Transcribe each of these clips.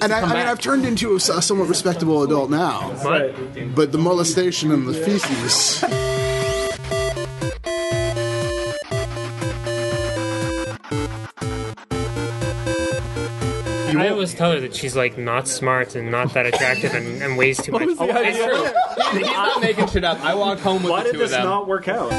and I, I come mean, back. I've turned into a somewhat respectable adult now, Right. but the molestation and the feces. I always tell her that she's like not smart and not that attractive and, and weighs too much. was the It's idea? true. He's not making shit up. I walked home with Why the did two this of them. not work out.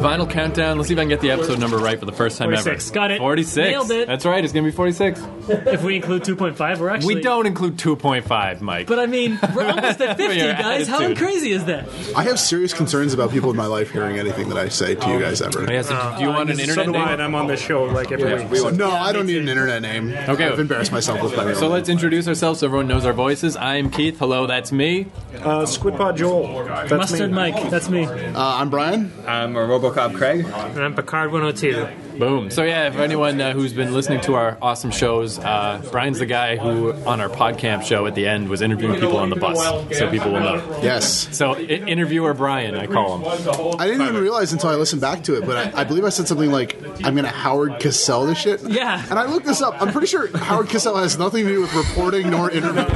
Vinyl countdown. Let's see if I can get the episode number right for the first time 46. ever. Got it. 46. Nailed it. That's right. It's gonna be 46. If we include 2.5, we're actually. we don't include 2.5, Mike. But I mean, we're almost at 50, Your guys. How attitude. crazy is that? I have serious concerns about people in my life hearing anything that I say to you guys ever. Yeah, so do you want an internet so do Uh, I, name? and I'm on this show like every week. So, no, I don't need an internet name. Okay. I've embarrassed myself with that. So let's introduce ourselves so everyone knows our voices. I'm Keith. Hello, that's me. Uh, Squidpod Joel. That's Mustard Mike, that's me. Uh, I'm Brian. I'm Robocop Craig. And I'm Picard 102. Boom. So yeah, if anyone uh, who's been listening to our awesome shows, uh, Brian's the guy who on our PodCamp show at the end was interviewing people on the bus, so people will know. Yes. So i- interviewer Brian, I call him. I didn't even realize until I listened back to it, but I, I believe I said something like, I'm going to Howard Cassell this shit. Yeah. And I looked this up. I'm pretty sure Howard Cassell has nothing to do with reporting nor interviewing.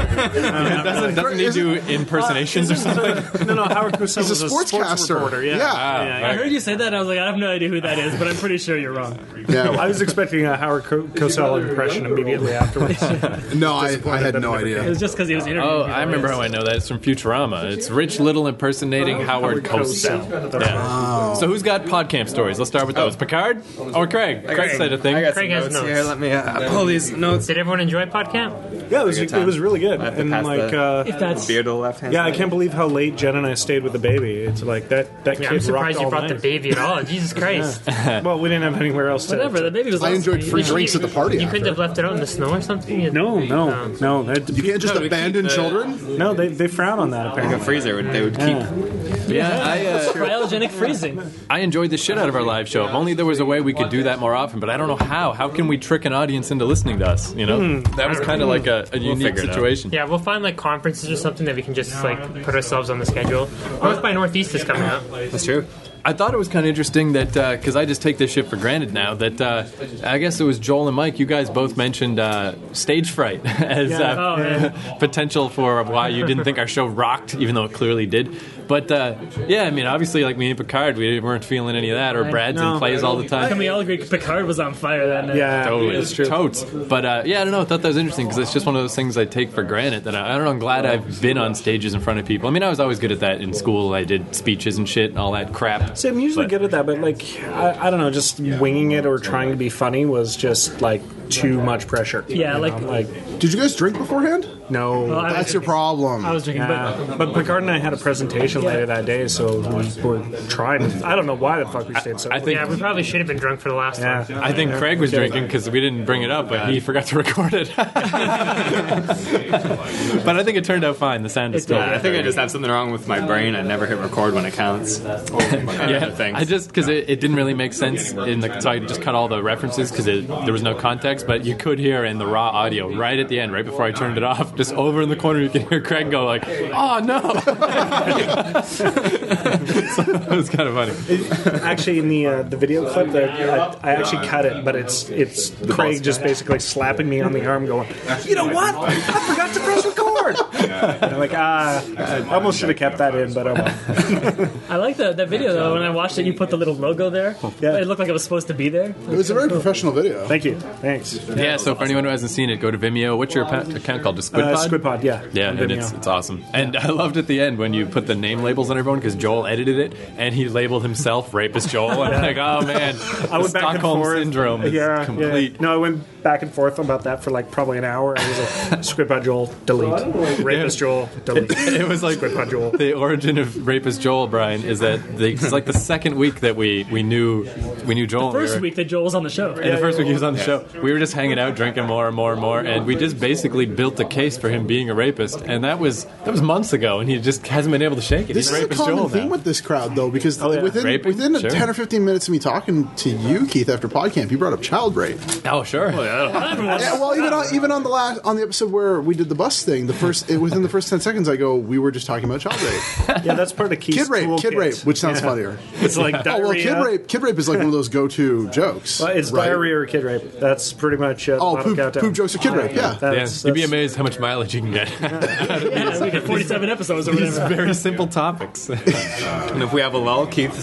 Doesn't, doesn't he do impersonations or something? Oh, no, no, Howard Cosell He's a sportscaster. yeah. Ah. Yeah. I heard you say that, and I was like, I have no idea who that is, but I'm pretty sure you're wrong. I was expecting a Howard Co- Cosell impression immediately afterwards. No, I, I had no It idea. was just because he was interviewing. Oh, people. I remember how I know that. It's from Futurama. It's Rich Little impersonating Oh, Howard Cosell. Yeah. So who's got PodCamp stories? Let's start with Oh. those. Picard or Craig? Craig said a thing. Craig has notes. Here, let me uh, pull these notes. Did everyone enjoy PodCamp? Yeah, it was, Good time. it was really good. I have to And pass like, the- uh, If that's Beer to the left hand. yeah, I side. can't believe how late Jen and I stayed with the baby. It's like that that Yeah, I'm kid rocked surprised you all brought the night. baby at all. Jesus Christ. Well, we didn't have anywhere else to. whatever, the baby was. I awesome. enjoyed free drinks at the party. You couldn't After. have left it out in the snow or something? You- No, no, Um, no. That, You can't just No, to keep abandon the- children. no, they, they frown on that Like apparently. a freezer, would- they would keep. Yeah, I, uh, Cryogenic freezing. I enjoyed the shit out of our live show. If only there was a way we could do that more often, but I don't know how. How can we trick an audience into listening to us? You know, that was kind of like a, a unique Hmm. figure it out. situation. Yeah, we'll find like conferences or something that we can just like put ourselves on the schedule. North by Northeast is coming up. That's true. I thought it was kind of interesting that because I just take this shit for granted now. That uh, I guess it was Joel and Mike. You guys both mentioned uh, stage fright as Oh, uh, man. potential for why you didn't think our show rocked, even though it clearly did. But uh, yeah, I mean, obviously, like me and Picard, we weren't feeling any of that, or Brad's in No. plays all the time. Can we all agree Picard was on fire that night? Yeah, Totally, it's true. totes. But uh, yeah, I don't know. I thought that was interesting because it's just one of those things I take for granted. That I, I don't know. I'm glad I've been on stages in front of people. I mean, I was always good at that in school. I did speeches and shit and all that crap. So I'm usually But- good at that, but like I, I don't know, just winging it or trying to be funny was just like too much pressure. Yeah, You like- know, like Did you guys drink beforehand? no. Well, I was That's your drinking- problem. I was drinking, but Yeah. But Picard and I had a presentation later that day, so we were trying. I don't know why the fuck we stayed so. I late. think Yeah, we probably should have been drunk for the last Yeah. one. I think Craig was drinking because we didn't bring it up, but he forgot to record it. but I think it turned out fine. The sound is still. Uh, I think I just have something wrong with my brain. I never hit record when it counts. yeah, yeah, I just because it, it didn't really make sense in the so I just cut all the references because there was no context, but you could hear in the raw audio right at the end, right before I turned it off, just over in the corner, you could hear Craig go like, "Oh no!" so it was kind of funny. actually in the uh, the video clip that I, I actually cut it, but it's it's Craig just basically slapping me on the arm, going, "You know what? I forgot to press record." And I'm like, ah, I almost should have kept that in, but oh well. I like that that video though. When I watched it, you put the little logo there. Yeah. It looked like it was supposed to be there. It was a very professional video. Thank you, thanks. Yeah, so for anyone who hasn't seen it, go to Vimeo. What's your pa- account called? Just Squid Uh, Pod? Squidpod, yeah, Yeah, on and Vimeo. it's, it's awesome. And I loved at the end when you put the name labels on everyone because Joel edited it and he labeled himself Rapist Joel. And I'm like, oh I man, the went back and Stockholm forth. Syndrome is yeah, yeah. complete. No, I went back and forth about that for like probably an hour. I was like, Squidpod Joel, delete. Oh. Rapist Joel, delete. It was like Squidpod Joel. the origin of Rapist Joel, Brian, is that they, it's like the second week that we, we knew we knew Joel. we First were- week that Joel was on the show. and the first week he was on the show, we were just hanging out, drinking more and more and more, and we just basically built a case for him being a rapist, and that was that was months ago, and he just hasn't been able to shake it. This He's is a rapist common Joel theme now. with this crowd, though, because yeah. within Raping? within Sure. ten or fifteen minutes of me talking to you, Keith, after PodCamp, you brought up child rape. oh sure, Yeah, well, even on, even on the last on the episode where we did the bus thing, the first it was within the first ten seconds, I go, "We were just talking about child rape, Yeah, that's part of Keith's kid rape, kid toolkit. rape," which sounds Yeah. funnier. It's like Oh diarrhea. well, kid rape, kid rape is like one of those go-to jokes. Well, it's right? diarrhea or kid rape. That's pretty much uh, the Oh, model poop- countdown. poop jokes or kid rape, yeah. Yeah, that's- you'd be that's- amazed how much mileage you can get. Yeah, we did 47 episodes or These whatever. very simple topics. And if we have a lull, Keith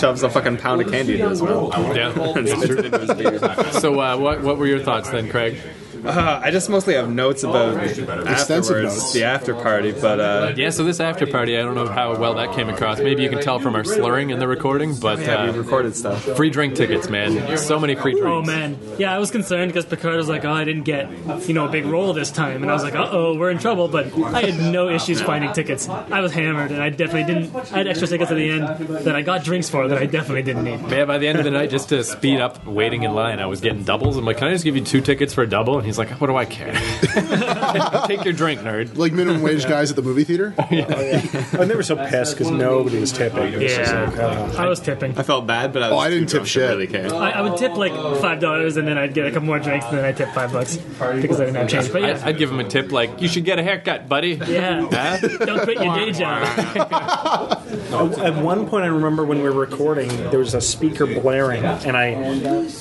shoves a fucking pound of candy into his mouth. yeah. And sticks it into his beard. So, uh, what what were your thoughts then, Craig? Uh, I just mostly have notes about Extensive afterwards, notes. the after party, but uh, Yeah, so this after party, I don't know how well that came across. Maybe you can tell from our slurring in the recording, but yeah, we uh, recorded stuff. free drink tickets, man. So many free drinks. Oh man, yeah, I was concerned because Picard was like, "Oh, I didn't get you know a big roll this time," and I was like, "Uh oh, we're in trouble." But I had no issues finding tickets. I was hammered, and I definitely didn't. I had extra tickets at the end that I got drinks for that I definitely didn't need. Yeah, by the end of the night, just to speed up waiting in line, I was getting doubles. I'm like, can I just give you two tickets for a double? And he's like, what do I care? Take your drink, nerd. Like minimum wage guys at the movie theater. And they were so pissed because nobody was tipping. It was just Yeah. like, uh, I was tipping. I felt bad, but I was Oh, I didn't too tip drunk to shit. Really care. I, I would tip like five dollars, and then I'd get a couple more drinks, and then I would tip five bucks because I didn't have change. But I, yeah, I'd give him a tip like, you should get a haircut, buddy. yeah, Huh? don't quit your day job. At one point, I remember when we were recording, there was a speaker blaring, and I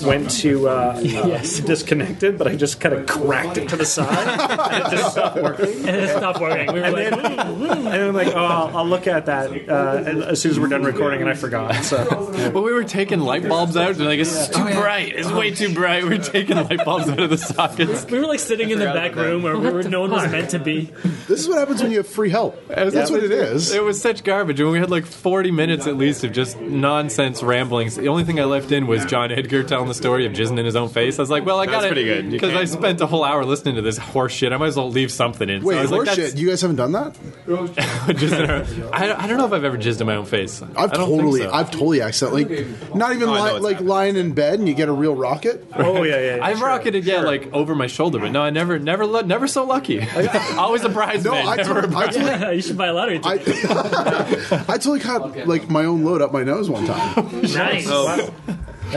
went to uh, yes. disconnect it, but I just kind of cracked it to the side, and it just stopped working. And it stopped working. We were And, then, like, and I'm like, oh, I'll, I'll look at that uh, as soon as we're done recording, and I forgot. So But we were taking light bulbs out, and like, it's Oh, too bright. It's way too bright. We're taking light bulbs out of the sockets. we were like sitting in the back room where we were, no one was meant to be. This is what happens when you have free help. That's what it is. It was such garbage, and we had like 40 minutes at least of just nonsense ramblings. The only thing I left in was John Edgar telling the story of jizzing in his own face. I was like, well, I That's got it pretty good. You because I can't- spent a whole hour listening to this horse shit. I might as well leave something in. So I Wait, was like, horseshit! that's- you guys haven't done that? Jizzed in her- I, don't, I don't know if I've ever jizzed in my own face. I've I don't totally, Think so. I've totally accidentally, not even Oh, I know li- it's like happened. lying in bed and you get a real rocket. oh yeah, yeah. yeah I've sure. rocketed, yeah, like over my shoulder, but no, I never, never, lu- never so lucky. Always a No, bridesmaid. I, never a totally, I, totally, you should buy a lottery ticket. I, I totally caught like my own load up my nose one time. nice.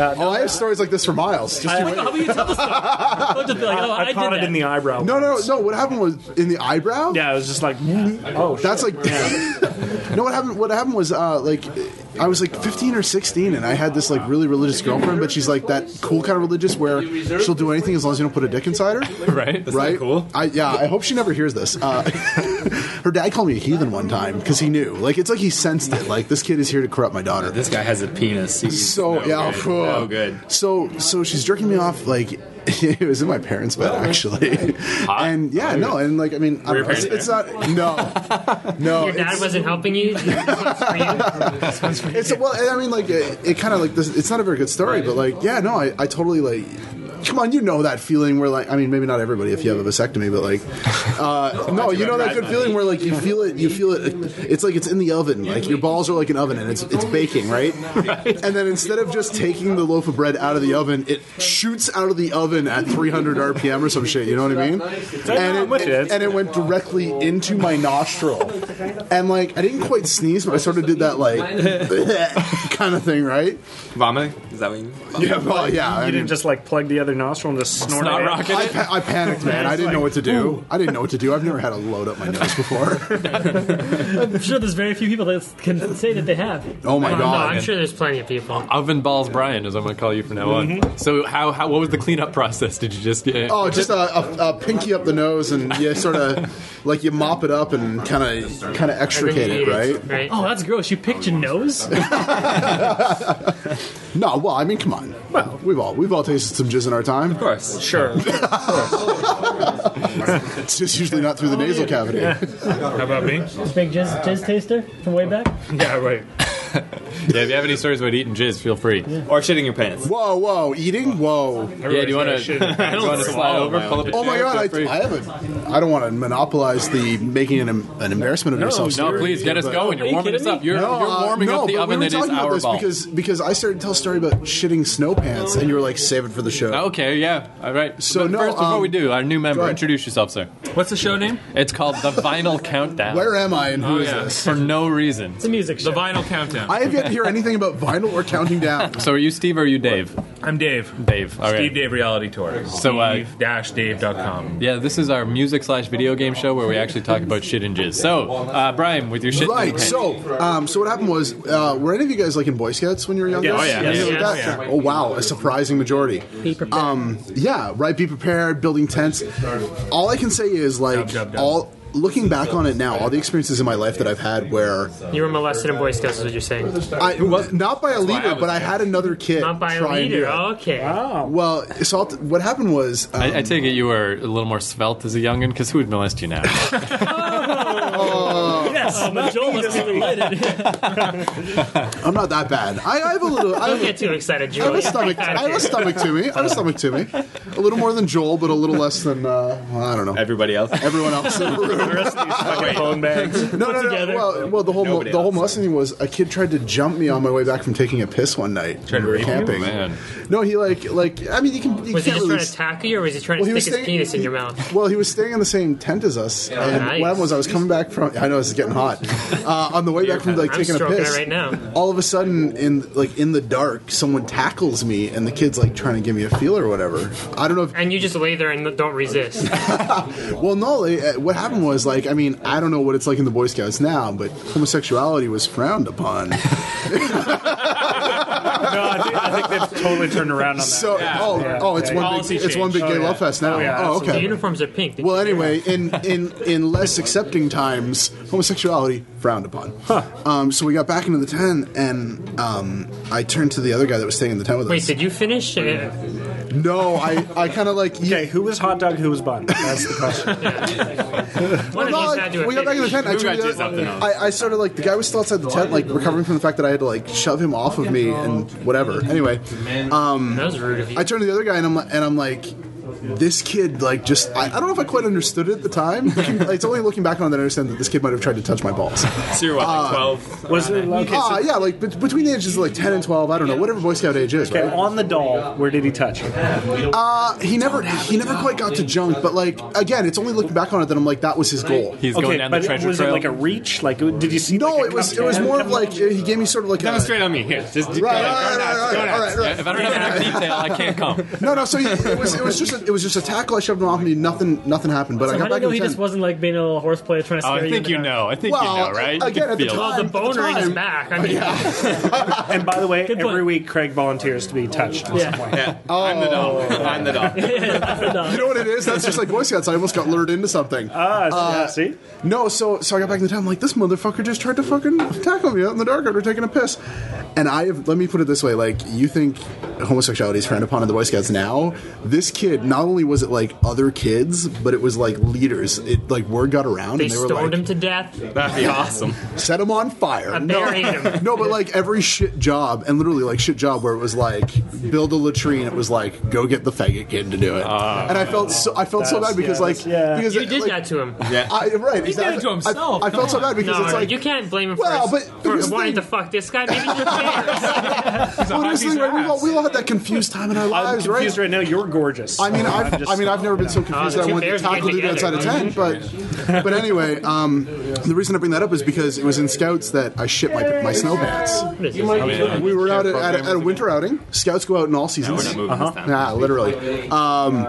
Oh, I have stories like this for miles. Just you wait. How about you tell the story? I'll just be like, oh, I, I, did caught it that. in the eyebrow. No, no, once. no. What happened was in the eyebrow. Yeah, it was just like, oh, shit. That's like no. What happened? What happened was uh, like I was like 15 or 16, and I had this like really religious girlfriend, but she's like that cool kind of religious where she'll do anything as long as you don't put a dick inside her. right? right? cool? I, yeah, I hope she never hears this. Uh, her dad called me a heathen one time because he knew. Like it's like he sensed it. Like this kid is here to corrupt my daughter. This guy has a penis. He's So no yeah, good. phew. no good. So so she's jerking me off like it was in my parents' bed actually, and yeah, no, and like I mean, I your don't know, it's, parents it's not no, no. Your dad it's, wasn't helping you. it's well, I mean, like it, it kind of like this. It's not a very good story, but like yeah, no, I, I totally like. Come on, you know that feeling where like I mean, maybe not everybody if you have a vasectomy, but like uh, no, you know that good feeling where like you feel it, you feel it. It's like it's in the oven, like your balls are like an oven and it's it's baking, right? And then instead of just taking the loaf of bread out of the oven, it shoots out of the oven at 300 RPM or some shit. You know what I mean? And with it, it. and it went directly into my nostril, and like I didn't quite sneeze, but I sort of did that like kind of thing, right? Vomiting? Is that what you mean? Yeah, well, yeah. I you mean- didn't just like plug the other nostril and just snort Snot it. rocket. I, pa- I panicked, man. I didn't know what to do. I didn't know what to do. I've never had a load up my nose before. I'm sure there's very few people that can say that they have. Oh my no, I'm god! sure there's plenty of people. Oven balls, Brian, is what I'm gonna call you from now on. So, how, how what was the cleanup process? Did you just get? Oh, just a, a, a pinky up the nose, and you sort of like you mop it up and kind of kind of extricate it, right? Right. Oh, that's gross. You picked your nose? No, well, I mean, come on. Well, we've all we've all tasted some jizz in our time. Of course. Sure. It's just usually not Oh, through the nasal cavity. How about me? Big jizz, jizz taster from way back? Yeah, right. Yeah, if you have any stories about eating jizz, feel free. Yeah, Or shitting your pants. Whoa, whoa, eating? Whoa. do you want to? Do you want to slide over? Pull up a Oh my chair, god, feel I, free. I have a. I don't want to monopolize the making an, em- an embarrassment of yourself. no, story please get us but- going. You're you warming us kidding me? up. You're, No, you're uh, warming no, up the but oven we were that is talking about our this ball. Because, because I started to tell a story about shitting snow pants, and you were like, save it for the show. Okay, yeah, all right. So, But no, first, before um, we do, our new go member, ahead. introduce yourself, sir. What's the show name? It's called the Vinyl Countdown. Where am I and who Oh, is yeah. this? For no reason. It's a music show. The vinyl countdown. I have yet to hear anything about vinyl or counting down. So are you Steve or are you Dave? I'm Dave. Dave. All right. Steve Dave Reality Tour. So, uh, Steve-Dave.com. Yeah, this is our music slash video game show where we actually talk about shit and jizz. So, uh, Brian, with your shit. Right. So, um, so what happened was, uh, were any of you guys like in Boy Scouts when you were younger? Yeah, oh, yeah. Anything Yeah. like that? Oh wow, a surprising majority. Be prepared. Um, yeah, right. Be prepared. Building tents. All I can say is like Dub, dub, dub. all. Looking back on it now, all the experiences in my life that I've had where You were molested in Boy Scouts, is what you're saying. I not by a leader, was but I had another kid Not by a try and do leader. it. Okay. Well, so I'll- what happened was um, I, I take it you were a little more svelte as a youngin, because who would molest you now? Yes, Oh, but Joel must be delighted. I'm not that bad. I, I have a little. I have Don't a, get too excited, I have Julie. a stomach. I have a stomach to me. I have a stomach to me. A little more than Joel, but a little less than uh, well, I don't know Everybody else. everyone else in the room. phone bags. No, no, no. together. Well, well, the whole Nobody the whole else. molesting thing was a kid tried to jump me on my way back from taking a piss one night. Tried we were camping. man. No, he like like I mean you can you Was he can't just really. trying to tackle you, or was he trying well, he to was stick his staying, penis in your mouth? Well, he was staying in the same tent as us. and nice. what happened was I was coming back from. I know this is getting hot. Uh, on the way back from like I'm taking a stroking piss it right now. all of a sudden in like in the dark someone tackles me and the kid's like trying to give me a feel or whatever i don't know if And you just lay there and don't resist. well no they- uh, what happened was like i mean i don't know what it's like in the boy scouts now but homosexuality was frowned upon No, I think, I think they've totally turned around on that. so oh oh it's one Policy big, it's one big change. gay Oh, yeah. love fest now Oh, yeah, oh The okay uniforms are pink. Did well you- anyway in in in less accepting times homosexuality frowned upon um, so we got back into the tent and um, i turned to the other guy that was staying in the tent with Wait, us did you finish? Uh, no i i kind of like okay, who was hot dog? Who was bun? That's the question. One of No, these like, had to have we got back in the finished. tent. I, got turned jizzed up the the other- nose. I, I started like the guy was still outside the tent, like recovering from the fact that I had to like shove him off of me and whatever. Anyway, um, That was rude of you. I turned to the other guy and I'm like, and I'm like, this kid like just I, I don't know if I quite understood it at the time. Looking, it's only looking back on it that I understand that this kid might have tried to touch my balls. So you're what, Uh, like 12? Was it okay? Ah, So, yeah, like bet- between the ages of like ten and twelve, I don't know, whatever Boy Scout age is. okay, Right? on the doll, where did he touch? you? Uh, he never he never quite got to junk, but like again, it's only looking back on it that I'm like that was his goal. He's okay, going down but the treasure was trail. it like a reach? Like, did you see? No, like, a it was cup it was down? more of like he gave me sort of like a, Demonstrate on me. Here, just Right, right, right, right, right, right, right. if I don't have enough detail, I can't come. No, no. So he, it was it was just a, it was just a tackle. I shoved him off me. Nothing nothing happened. But I got How do you back know in the he just tent. wasn't like being a little horseplay trying to Oh, scare I you? think you know. I think Well, you know, right? You again, can at the feel it. time- well, the at the boner in his time- back. I mean, And by the way, Good point. every week Craig volunteers to be touched. at some Yeah. point. I'm the doll. I'm the doll. You know what it is? That's just like Boy Scouts. I almost got lured into something. Ah, so- Uh, yeah, see, No, so so I got back in the town. I'm like, this motherfucker just tried to fucking tackle me out in the dark after taking a piss. And I have, let me put it this way: like, you think homosexuality is frowned upon in the Boy Scouts now? This kid, not only was it like other kids, but it was like leaders. It like word got around, they and they were stoned like, him to death. That'd be awesome. set him on fire. I buried him. no, but like every shit job, and literally like shit job where it was like build a latrine. It was like go get the faggot kid to do it. and I felt so I felt so Ah. That's- bad because yeah, like that's- yeah. because You did like, that to him. I, right, he did it to himself, I, I come felt so bad because No, it's like you can't blame him for, Well, his- but- for because wanting they- to fuck this guy. Maybe you're well, here's the thing, right? ass. we, all, we all had that confused time in our I'm lives, right? confused right now. You're gorgeous. I mean, I'm I've, just- I mean, I've never been so Ah, confused the that I two wanted to bears tackle get the dude outside together. a tent. But, but anyway, um, the reason I bring that up is because it was in Scouts that I shit my my snow pants. We were out at, at, a- at a winter outing. Scouts go out in all seasons. We're not moving this time. Nah, literally. Um,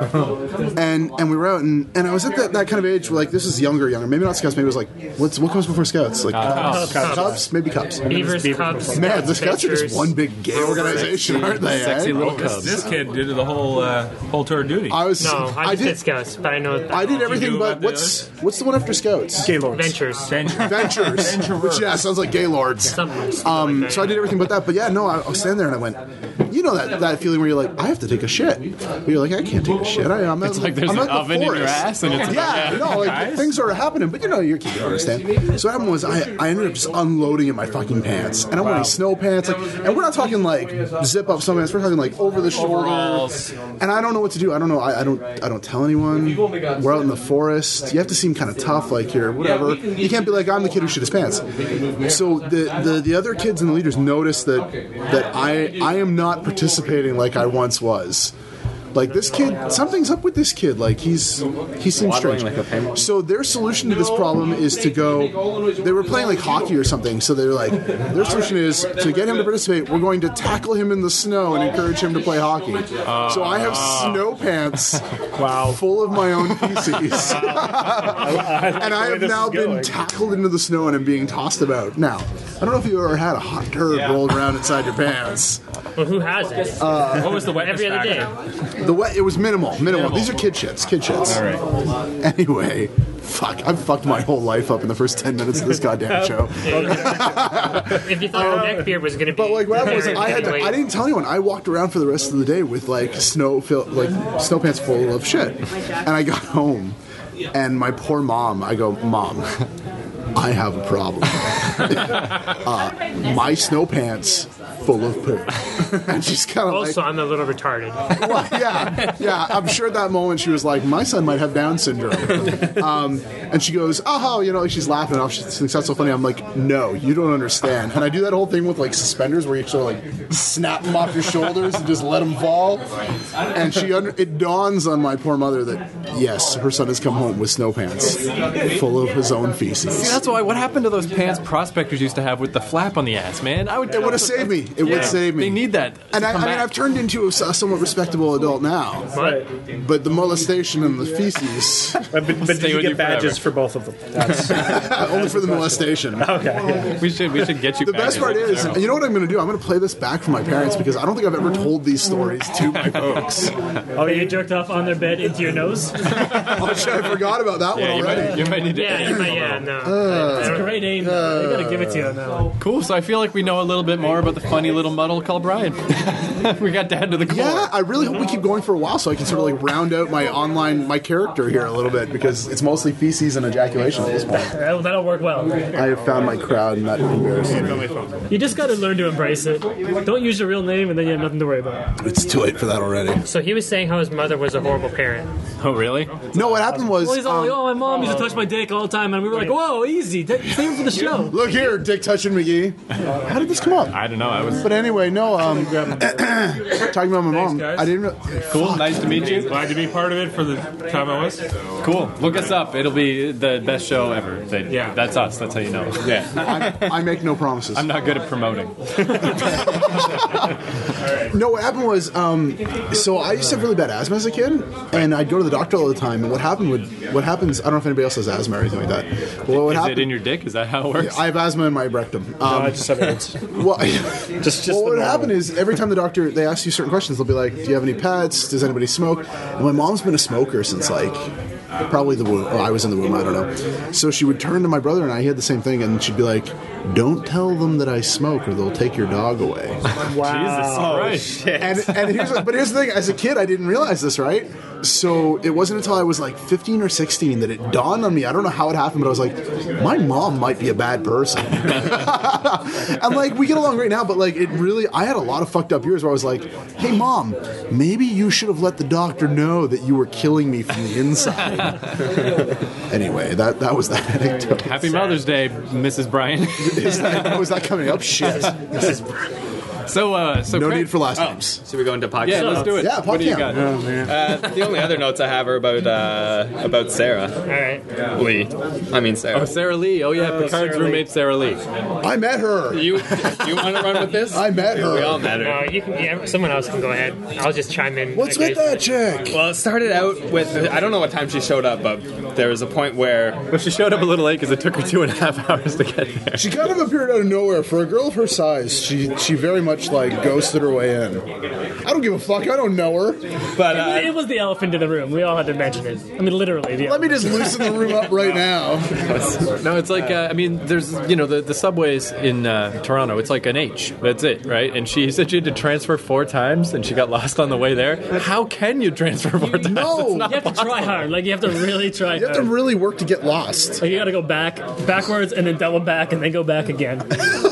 and and we were out, and, and I was at that, that kind of age where like this is younger, younger. Maybe not Scouts. Maybe it was like what's what comes before Scouts? Like Cubs, Cubs. Cubs? maybe Cubs. Beavers, Cubs, Man, the Scouts are Pictures. just one big gay organization, aren't they? eh? Sexy little This, cubs. this kid did the whole uh, whole tour of duty. I was. No, I I just did did. scouts, but I know I did you everything, do but about what's what's the one after Scouts? Gaylords. ventures. Ventures. Which yeah, sounds like Gaylords. Something, something Um, like that. so I did everything but that. But yeah, no, I, I was standing there and I went, you know that, that feeling where you're like, I have to take a shit. But you're like, I can't take a shit. I, I'm at, It's like there's I'm an at the oven in your forest." ass, and it's Yeah, no, like things are happening, but you know, you're you understand. So what happened was I, I ended up just unloading in my fucking pants, and I'm wearing snow pants, like, and we're not talking like zip up snow pants. We're talking like over the shoulder, Overalls. and I don't know what to do. I don't know. I, I don't. I don't tell anyone. We're out in the forest. You have to seem kind of tough, like you're whatever. You can't be like I'm the kid who shit his pants. So the the, the other kids and the leaders notice that that I I am not participating like I once was. Like this kid, something's up with this kid. Like he's he seems strange. like a penguin. So their solution to this problem is to go. They were playing like hockey or something. So they're like, their solution is to get him to participate. We're going to tackle him in the snow and encourage him to play hockey. So I have snow pants, wow, full of my own feces, and I have this now is been going. tackled into the snow and I'm being tossed about. Now I don't know if you ever had a hot turd rolled around inside your pants. Well, who has it? Uh, What was the wetness Every other factor? day. The wet, it was minimal, minimal. These are kid shits, kid shits. Anyway, fuck, I've fucked my whole life up in the first ten minutes of this goddamn show. If you Uh, thought your neck beard was going to be. But like, what happened was there, I had to, anyway, I didn't tell anyone. I walked around for the rest of the day with like snow, fill, like snow pants full of shit, and I got home, and my poor mom. I go, mom. I have a problem. uh, my snow pants full of poop, and she's kind of like, Also, I'm a little retarded. well, yeah, yeah. I'm sure at that moment she was like, "My son might have Down syndrome," um, and she goes, "Oh, you know," like she's laughing it off. She thinks that's so funny. I'm like, "No, you don't understand." And I do that whole thing with like suspenders where you sort of like snap them off your shoulders and just let them fall. And she, under- it dawns on my poor mother that yes, her son has come home with snow pants full of his own feces. That's why. What happened to those pants prospectors used to have with the flap on the ass, man? I would. It would have saved me. It would save me. They need that. And to I, I come mean, back. I've turned into a, s- a somewhat respectable adult now. What? But the molestation and the feces, But, but, but Stay did you with you get badges forever. for both of them? That's, only for the molestation. we should. We should get you. The best part is, you know what I'm going to do? I'm going to play this back for my parents because I don't think I've ever told these stories to my folks. Oh, you jerked off on their bed into your nose? Oh shit, I forgot about that Yeah, one you might, already. you might need to. Yeah, edit you a might, little. yeah, no. Oh. That's a great aim. though. They gotta give it to you on that one. Cool. So I feel like we know a little bit more about the funny little muddle called Brian. we got down to the core. Yeah, I really hope we keep going for a while so I can sort of like round out my online my character here a little bit because it's mostly feces and ejaculation at this point. That'll, that'll work well. I have found my crowd and that embarrassing. me. You just gotta learn to embrace it. Don't use your real name, and then you have nothing to worry about. It's too late for that already. So he was saying how his mother was a horrible parent. Oh, really? No, what happened Well, he's was. all um, like, "Oh, my mom used to touch my dick all the time," and we were like, "Whoa, easy, Ta- save it for the show." Look here, Dick touching McGee. How did this come up? I don't know. I was But anyway, no. Um, talking about my mom, guys. I didn't. re- cool. Nice to meet you. Glad to be part of it for the time I was. Cool. Look us up. It'll be the best show ever. That- Yeah. That's us. That's how you know. Yeah. I, I make no promises. I'm not good at promoting. No, what happened was, um, so I used to have really bad asthma as a kid, and I'd go to the doctor all the time. And what happened would, what happens? I don't know if anybody else has asthma or anything like that. But what would Is happen? it in your dick? Is that how it works? I have asthma in my rectum. Um, I just have AIDS. well, Just, just well, what the would normal. happen is every time the doctor they ask you certain questions, they'll be like, "Do you have any pets? Does anybody smoke?" And my mom's been a smoker since like probably the womb. Oh, I was in the womb. I don't know. So she would turn to my brother and I. He had the same thing, and she'd be like, "Don't tell them that I smoke, or they'll take your dog away." Jesus Oh, Christ. and and here's but here's the thing. As a kid, I didn't realize this, right? So it wasn't until I was like 15 or 16 that it dawned on me. I don't know how it happened, but I was like, my mom might be a bad person. and like we get along right now, but like it really, I had a lot of fucked up years where I was like, hey mom, maybe you should have let the doctor know that you were killing me from the inside. anyway, that that was that anecdote. Happy Mother's Day, Mrs. Brian. Is that, was that coming up? Shit. so, uh, so No Craig- need for last names. Should we go into podcast? Yeah, let's do it. Yeah, what do you podcast. got? Uh, the only other notes I have are about uh, about Sarah All right. Lee. I mean Sarah. Oh, Sarah Lee. Oh, yeah, Picard's roommate, Sarah Lee. I met her. you you want to run with this? I met her. We all met her. No, you can. Yeah, someone else can go ahead. I'll just chime in. What's I with guess. that chick? Well, it started out with I don't know what time she showed up, but there was a point where But she showed up a little late because it took her two and a half hours to get there. She kind of appeared out of nowhere. For a girl of her size, she she very much like ghosted her way in. I don't give a fuck. I don't know her. but It uh, it was the elephant in the room. We all had to mention it. I mean, literally. The Let me just loosen the room up right now. No, it's like uh, I mean, there's you know the, the subways in uh, Toronto. It's like an H. That's it, right? And she said she had to transfer four times, and she got lost on the way there. How can you transfer four times? It's No, not- You have to try hard. Like you have to really try you have to hard. really work to get lost. Like you gotta go back, backwards, and then double back, and then go back again.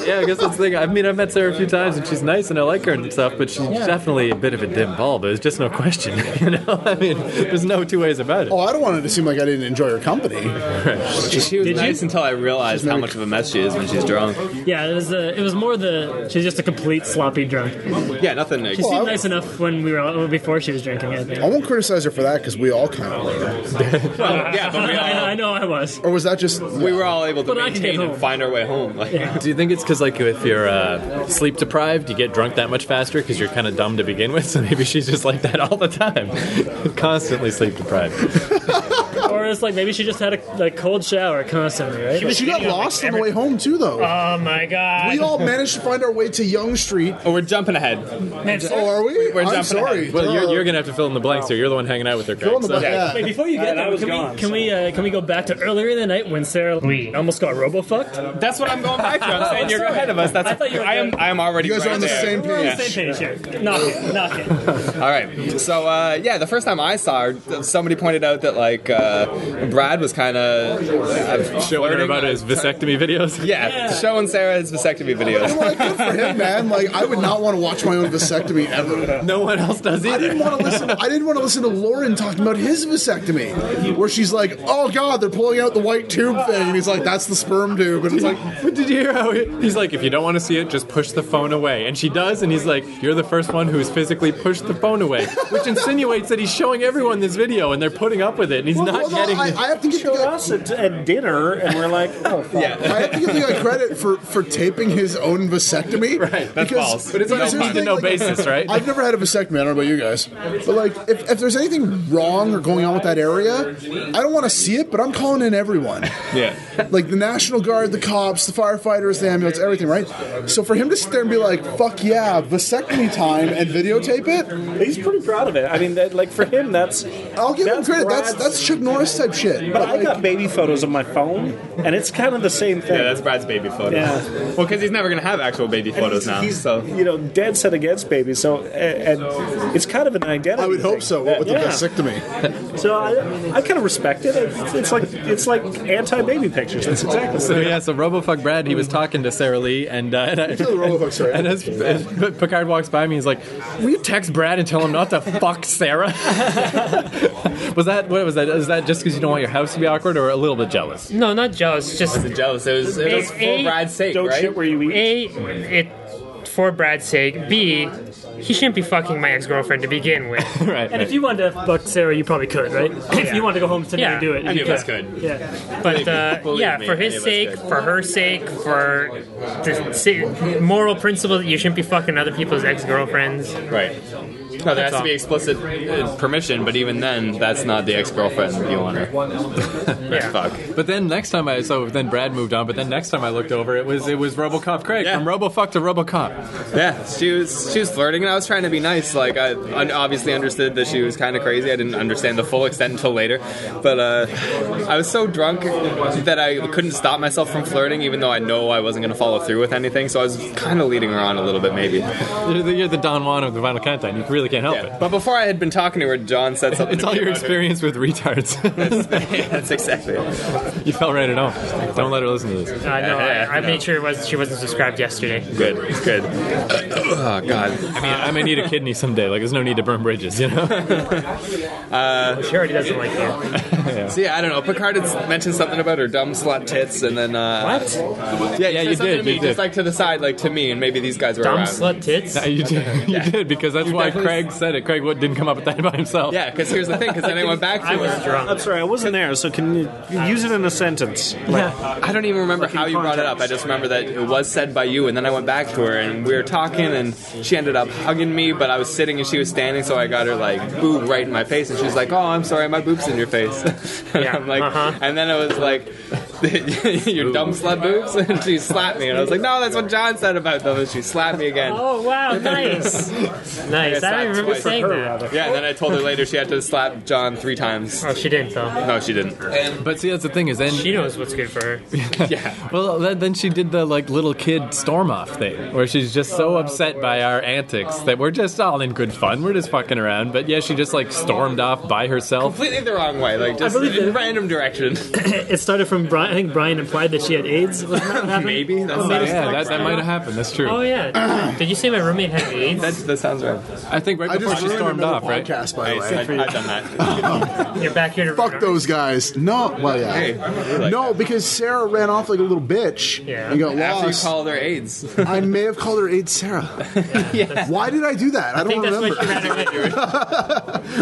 yeah, I guess that's the thing. I mean, I met Sarah a few times, and she's she's nice and I like her and stuff, but she's definitely a bit of a dim bulb. There's just no question. You know, I mean, there's no two ways about it. Oh, I don't want it to seem like I didn't enjoy her company. She was Did you- nice until I realized how much of a mess she is when she's drunk. Yeah, it was uh, it was more the she's just a complete sloppy drunk. Yeah, nothing. She Oh, seemed nice enough when we were well, before she was drinking it. I won't criticize her for that because we all kind of were. yeah, but we I, know, all I know I was. Or was that just we were all able to But I can get maintain and home. find our way home. Like, Do you think it's because, like, if you're uh, sleep deprived, you get drunk that much faster because you're kind of dumb to begin with? So maybe she's just like that all the time, constantly sleep deprived. Or it's like maybe she just had a like, cold shower constantly, right? She got lost on the way home too, though. Uh, Oh my god. we all managed to find our way to Young Street. oh, we're jumping ahead. Man, so- Oh, are we? we're I'm jumping sorry. ahead. Well, you're, Duh. you're gonna have to fill in the blanks here. You're the one hanging out with her. Craig, You're on the so- bus- yeah. Wait, before you get I there, was can, gone, we, can we uh, can we go back to earlier in the night when Sarah We. almost got robofucked? That's what I'm going back to. I'm saying you're ahead of us. That's I thought you were- I am. I am already. You guys right are on the there. same We're page. on the same page here. Knock it, knock it. All right. So uh, yeah, the first time I saw her, somebody pointed out that like uh, Brad was kind of Showing her uh, flirting, about uh, his vasectomy videos. Yeah, showing Sarah his vasectomy videos. Like, good for him, man. Like, I would not want to watch my own vasectomy ever. No one else does I either. didn't want to listen. I didn't want to listen to Lauren talking about his vasectomy, where she's like, "Oh God, they're pulling out the white tube thing," and he's like, "That's the sperm tube," and it's like, But did you hear how he, he's like, if you don't want to see it, just push the phone away? And she does, and he's like, you're the first one who's physically pushed the phone away, which insinuates that he's showing everyone this video and they're putting up with it, and he's not well, no, getting I, I have to give the showed guy, us at, at dinner, and we're like, oh, fuck. Yeah. I have to give the guy credit for for taping his own vasectomy. Right, that's false. But it's on because a here's the need to thing, know like, basis, right? I've never had a vasectomy. I don't know about you guys, but like, if, if there's anything wrong or going on with that area, I don't want to see it. But I'm calling in everyone, Yeah. like the National Guard, the cops, the firefighters, the ambulance, everything, right? So for him to sit there and be like, "Fuck yeah, vasectomy time," and videotape it, He's pretty proud of it. I mean, that, like for him, that's. I'll give him That's credit. That's Brad's- that's Chuck Norris type shit. But I like, got baby photos on my phone, and it's kind of the same thing. Yeah, that's Brad's baby photo. Yeah. Well, because he's never gonna have actual baby photos now. He's, so you know, dead set against babies, so and, and it's kind of an identity. I would hope so. What with the Yeah. vasectomy? So I, I kind of respect it. It's, it's like it's like anti-baby pictures. That's exactly. So what it yeah, so RoboFuck Brad, he was talking to Sarah Lee, and uh, and, I, the RoboFuck story. and as, as Picard walks by me, he's like, "Will you text Brad and tell him not to fuck Sarah?" was that what was that? Is that just because you don't want your house to be awkward, or a little bit jealous? no, not jealous. Just I'm jealous. It was, it was Hey, for hey, Brad's is. sake, Don't right? shit where you eat. A, it for Brad's sake. B, he shouldn't be fucking my ex girlfriend to begin with. right. And if you wanted to fuck Sarah, you probably could, right? If you wanted to go home tonight Yeah. and do it, Any you of us could. could. Yeah. But Believe- uh, believe yeah, me, for any his of us sake, could. for her sake, for the sa- moral principle that you shouldn't be fucking other people's Uh, ex girlfriends. Right. No, there has to be explicit uh, permission, but even then, that's not the ex-girlfriend you want to Yeah. fuck. But then next time I so then Brad moved on. But then next time I looked over, it was it was RoboCop Craig Yeah. from RoboFuck to RoboCop. Yeah, she was she was flirting, and I was trying to be nice. Like I un- obviously understood that she was kind of crazy. I didn't understand the full extent until later, but uh, I was so drunk that I couldn't stop myself from flirting, even though I know I wasn't going to follow through with anything. So I was kind of leading her on a little bit, maybe. You're the, you're the Don Juan of the vinyl content. You really can't help Yeah. But before I had been talking to her, John said it. something. It's to all me your about her. experience with retards. That's exactly. It. you fell right at home. Don't let her listen to this. Uh, no, I, I made sure it was she wasn't subscribed yesterday. Good. Good. oh God. I mean, I may need a kidney someday. Like, there's no need to burn bridges, you know? She already doesn't like you. So yeah, I don't know. Picard had s- mentioned something about her dumb slut tits, and then uh, what? Yeah, Yeah, yeah, you you did, did. To me, you did. Just like to the side, like to me, and maybe these guys were Dumb around. slut tits. you did, you did because that's why definitely- Craig said it. Craig Wood didn't come up with that by himself. Yeah, because here's the thing. Because then I went back to I was it. I'm drunk. sorry, I wasn't there. So can you you use it in a sentence? Like, I don't even remember how you brought it up. I just remember that it was said by you, and then I went back to her, and we were talking, and she ended up hugging me, but I was sitting and she was standing, so I got her like boob right in my face, and she was like, "Oh, I'm sorry, my boob's in your face." and Yeah, I'm like, uh-huh. and then I was like, "Your dumb slut boobs," and she slapped me, and I was like, "No, that's what John said about them," and she slapped me again. Oh wow, nice, nice. I don't remember Twice. saying her, that. rather. Yeah, and then I told her later she had to slap John three times. Oh, she didn't though. No, she didn't. But see, that's the thing is then. She knows what's good for her. Yeah. well, then then she did the like little kid storm off thing, where she's just so upset by our antics that we're just all in good fun. We're just fucking around. But yeah, she just like stormed off by herself. Completely the wrong way, like just believe in that- random direction. It started from Bri Brian, I think Brian implied that she had AIDS. Wasn't that what happened? Maybe that's Oh, not- maybe. Yeah, that, that might have happened. That's true. Oh yeah. Did you say my roommate had AIDS? That, that sounds right. I think right I before just she ruined stormed another off, right? podcast, by the I, way. have done that. You're back here to Fuck those guys. No, well, yeah. Hey, I like no, because Sarah ran off like a little bitch Yeah. and got After you lost. call their aides. I may have called her Aid Sarah. Why did I do that? I, I don't think that's remember. what you ran away.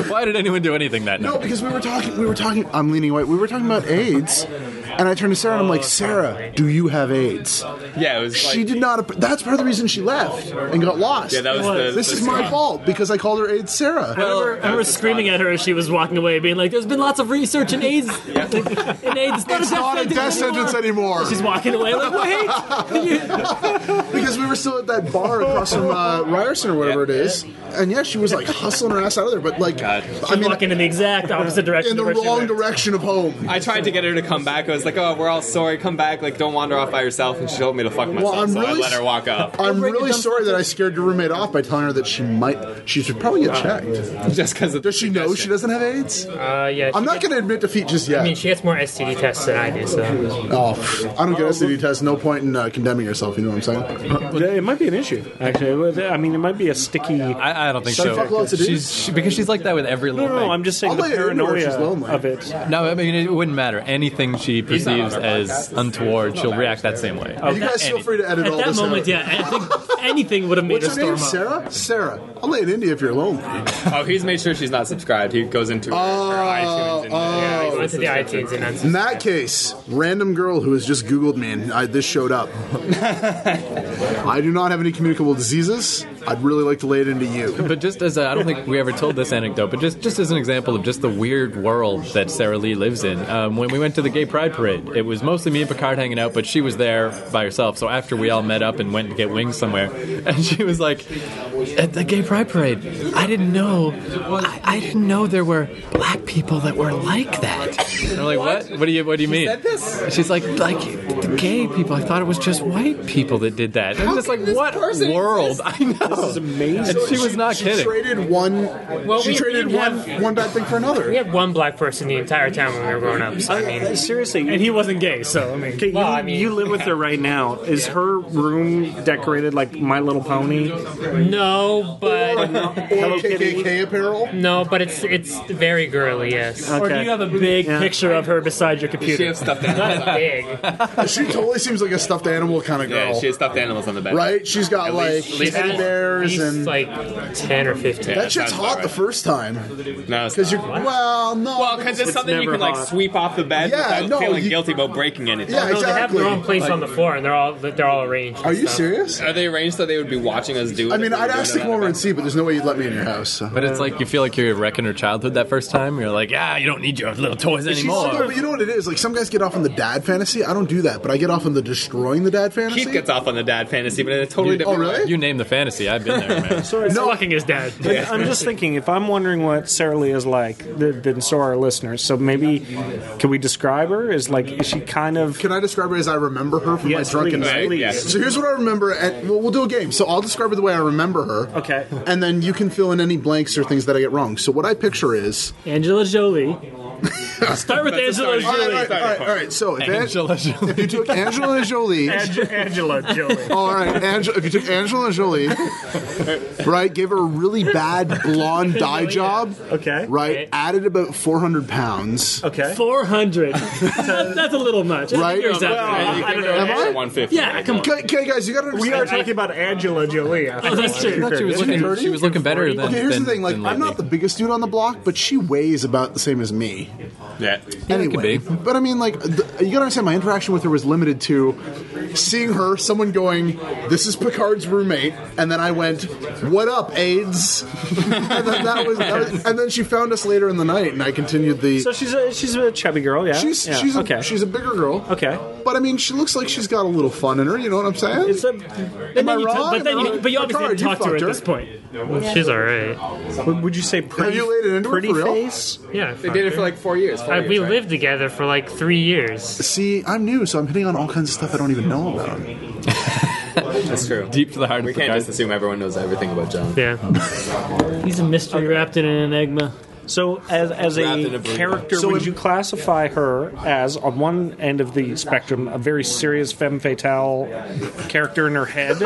Why did anyone do anything that night? No, because we were talking. We were talking. I'm leaning white. We were talking about AIDS, and I turned to Sarah and I'm Oh, like, "Sarah, do you have AIDS?" Yeah, it was like, She did not. That's part of the reason she left and got lost. Yeah, that was the- This the is my scam. fault because I called her AIDS Sarah. I remember, I remember screaming at her as she was walking away, being like, "There's been lots of research in AIDS, in AIDS. It's not It's not a death sentence anymore. She's walking away like, "Wait, you- because we were still at that bar across from uh, Ryerson or whatever it is, and yeah, she was like hustling her ass out of there, but like, I I'm mean, walking in the exact opposite direction." in the of where she wrong went. direction of home. I tried to get her to come back. I was like, "Oh, we're all sorry. Come back. Like, don't wander off by yourself." And she told me to fuck myself, I'm so I really let her walk up I'm really sorry that I scared your roommate off by telling her that she might. She should probably get checked. just because. Does she know she doesn't have AIDS? Uh, yeah. I'm not she gets- going to admit defeat just I mean, yet. she gets more STD tests than I do, so. Oh, pff, I don't get STD tests. No point in uh, condemning yourself. You know what I'm saying? It might be an issue, actually. It would- I mean, it might be a sticky. No, I, I don't think Some so. fuckloads it she's is. she, because she's like that with every little no, thing. I'm just saying I'll the let her know if paranoia she's lonely. of it. No, I mean it wouldn't matter. Anything she perceives as untoward, she'll react that same way. You guys feel free to edit At all that this moment, out. yeah, I think anything would have made What's her her name? storm up. Sarah. Sarah. I'll lay it into you if you're lonely. Oh, he's made sure she's not subscribed. He goes into her, Uh, her iTunes. And, I went to the iTunes and In then. that case, random girl who has just Googled me and I, this showed up. I do not have any communicable diseases. I'd really like to lay it into you. But just as a, I don't think we ever told this anecdote, but just just as an example of just the weird world that Sarah Lee lives in. Um, when we went to the Gay Pride Parade, it was mostly me and Picard hanging out, but she was there by herself. So after we all met up and went to get wings somewhere, and she was like, "At the Gay Pride Parade, I didn't know, I, I didn't know there were black people that were like that." And I'm like, "What? What do you What do you mean?" said this? She's like, "Like the gay people. I thought it was just white people that did that." And I'm just can like, this "What person world?" I know. This is amazing. And she was not she kidding. Traded one. she we- traded we didn't one one bad thing for another. We had one black person in the entire town when we were growing up, so I mean. Seriously, And he wasn't gay, so I mean, Okay, you, Well, I mean- you live with her right now. Is her room decorated like My Little Pony? No, but. Or KKK apparel. No, but it's it's very girly, yes. or do you have a big Yeah. picture of her beside your she computer? has stuffed animals. Not big. She totally seems like a stuffed animal kind of girl, Yeah, she has stuffed animals on the bed. right? She's got At like least- at least- teddy bears He's and like 10 or 15. that shit's sounds hot about the right. first time No, it's because you're not. well, no, Well, because it's, something you never can like hot. sweep off the bed Yeah, without no, feeling you- guilty about breaking anything. yeah, No, they have their own exactly. place on the floor, and they're all they're all arranged. and Are you stuff. serious? Are they arranged so they would be watching us do? it I if mean, we were I'd doing ask it to on come over our and see, but there's no way you'd let me in your house. So. But it's like you feel like you're wrecking her childhood that first time. You're like, yeah, you don't need your little toys She's so- anymore. but you know what it is? Like some guys get off on the dad fantasy. I don't do that, but I get off on the destroying the dad fantasy. Keith gets off on the dad fantasy, but in a totally oh different way. really? You name the fantasy. I've been there, man. Sorry, No, no. fucking his dad. I'm just thinking. If I'm wondering what Sarah Lee is like, th- then so are our listeners. So maybe can we describe her? Is like is she kind of Can I describe her as I remember her from yes, my drunken please, night? please. Yes. So here's what I remember, and well, we'll do a game. So I'll describe her the way I remember her. Okay. And then you can fill in any blanks or things that I get wrong. So what I picture is Angela Jolie. Start with Angela starting all right, all Jolie. right, all right, all right. So if, Angela. Angela Jolie. if you took Angelina Jolie, Ang- Angela Jolie. all right, Angela, if you took Angelina Jolie, right, gave her a really bad blonde dye job, Okay. right, added about 400 pounds. Okay. 400. That- That's a little much. I think Right? you're exactly Well, right. And you I give don't her know. Am an extra I? 150. Yeah, come Okay, okay, guys, you got to We understand. are talking about Angela Jolie. I Oh, think. that's true. She was looking. She was looking better than. Okay, here's than, the thing. Like, than I'm not the lately. biggest dude on the block, but she weighs about the same as me. Yeah. anyway, could be. but I mean, like, the, you gotta understand. My interaction with her was limited to seeing her, someone going, "This is Picard's roommate," and then I went, "What up, AIDS?" and then that was, that was- and then she found us later in the night, and I continued the. So she's a she's a chubby girl. Yeah. she's Yeah, she's a, okay. she's a bigger girl. okay. But I mean, she looks like she's got a little fun in her. You know what I'm saying? It's a Am I You wrong? took- but then Am I you, wrong? but you obviously Picard, didn't talk to her fucked at this point. She's all right. would would you say pretty, you laid it into her pretty for real? face? Yeah, They did it for like four years. four Uh, years, we right? lived together for like three years. See, I'm new, so I'm hitting on all kinds of stuff I don't even know about. That's true. deep to the heart We of the can't guy. just assume everyone knows everything about John. Yeah. He's a mystery wrapped in an enigma. So, as, as Wrapped in a a burrito. character, So would if- you classify her as, on one end of the spectrum, a very serious femme fatale character in her head,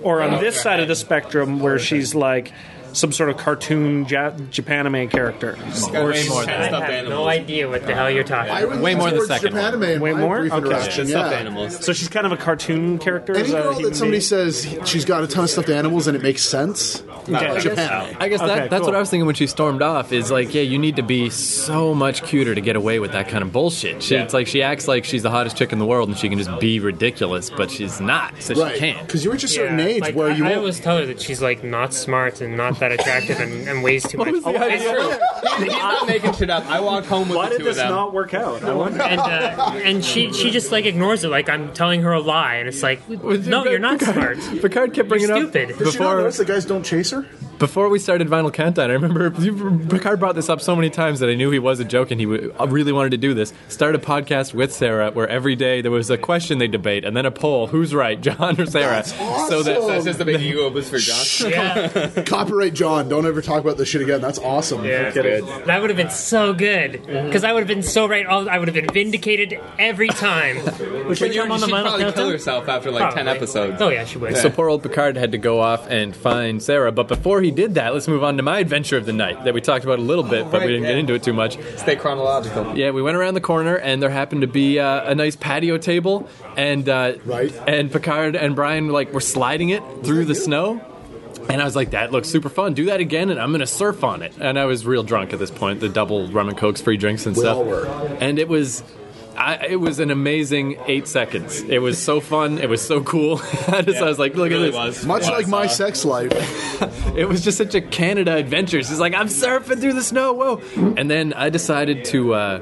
or Oh, on this side of the spectrum where she's like some sort of cartoon ja- Japanime character? Got way more I than stuffed have no animals. idea what the hell you're talking I about. would Way lean more the towards second one. Japanime in Way my more? brief Okay. interaction, Stuffed yeah. animals. So she's kind of a cartoon character. Any as a girl human that somebody being? says she's got a ton of stuffed animals and it makes sense, Okay. Japan. I guess that, Okay, that's cool. what I was thinking when she stormed off. Is like, yeah, you need to be so much cuter to get away with that kind of bullshit. She, It's like she acts like she's the hottest chick in the world, and she can just be ridiculous, but she's not, so she Right. can't. Because you're at a certain Yeah, age like, where I, you I won't. always tell her that she's like not smart and not that attractive and, and weighs too much. was the and, idea? He's not making shit up. I walked home with Why did the two of this them. not work out? I wonder. and, uh, and she she just like ignores it. Like I'm telling her a lie, and it's like, no, you're not smart. Picard kept bringing You're it up stupid. Did you not before notice the guys don't chase her? before we started Vinyl Countdown. I remember you- Picard brought this up so many times that I knew he wasn't joking. He w- uh, really wanted to do this. Started a podcast with Sarah where every day there was a question they debate and then a poll: who's right, John or Sarah? That's So that That's just a big ego boost for Josh. Yeah, Copyright John. Don't ever talk about this shit again. That's awesome. yeah. that would have been so good Mm-hmm. because I would have been so right. All I would have been vindicated every time. Which But would you, come on the she'd final probably kill countdown. herself after like ten Probably. episodes. Oh yeah, she would. So poor old Picard had to go off and find Sarah. But before he did that, let's move on to my adventure of the night that we talked about a little bit, but right, we didn't get yeah. into it too much. Stay chronological. Yeah, we went around the corner, and there happened to be uh, a nice patio table, and uh, Right. and Picard and Brian like were sliding it through the snow. And I was like, that looks super fun. Do that again, and I'm going to surf on it. And I was real drunk at this point. The double rum and cokes, free drinks, and We stuff. all were. And it was. I, it was an amazing eight seconds. It was so fun. It was so cool. I, just, I was like, look Really at this. was. Much Was, like my uh, sex life. It was just such a Canada adventure. She's like, I'm surfing through the snow, whoa! And then I decided to. Uh,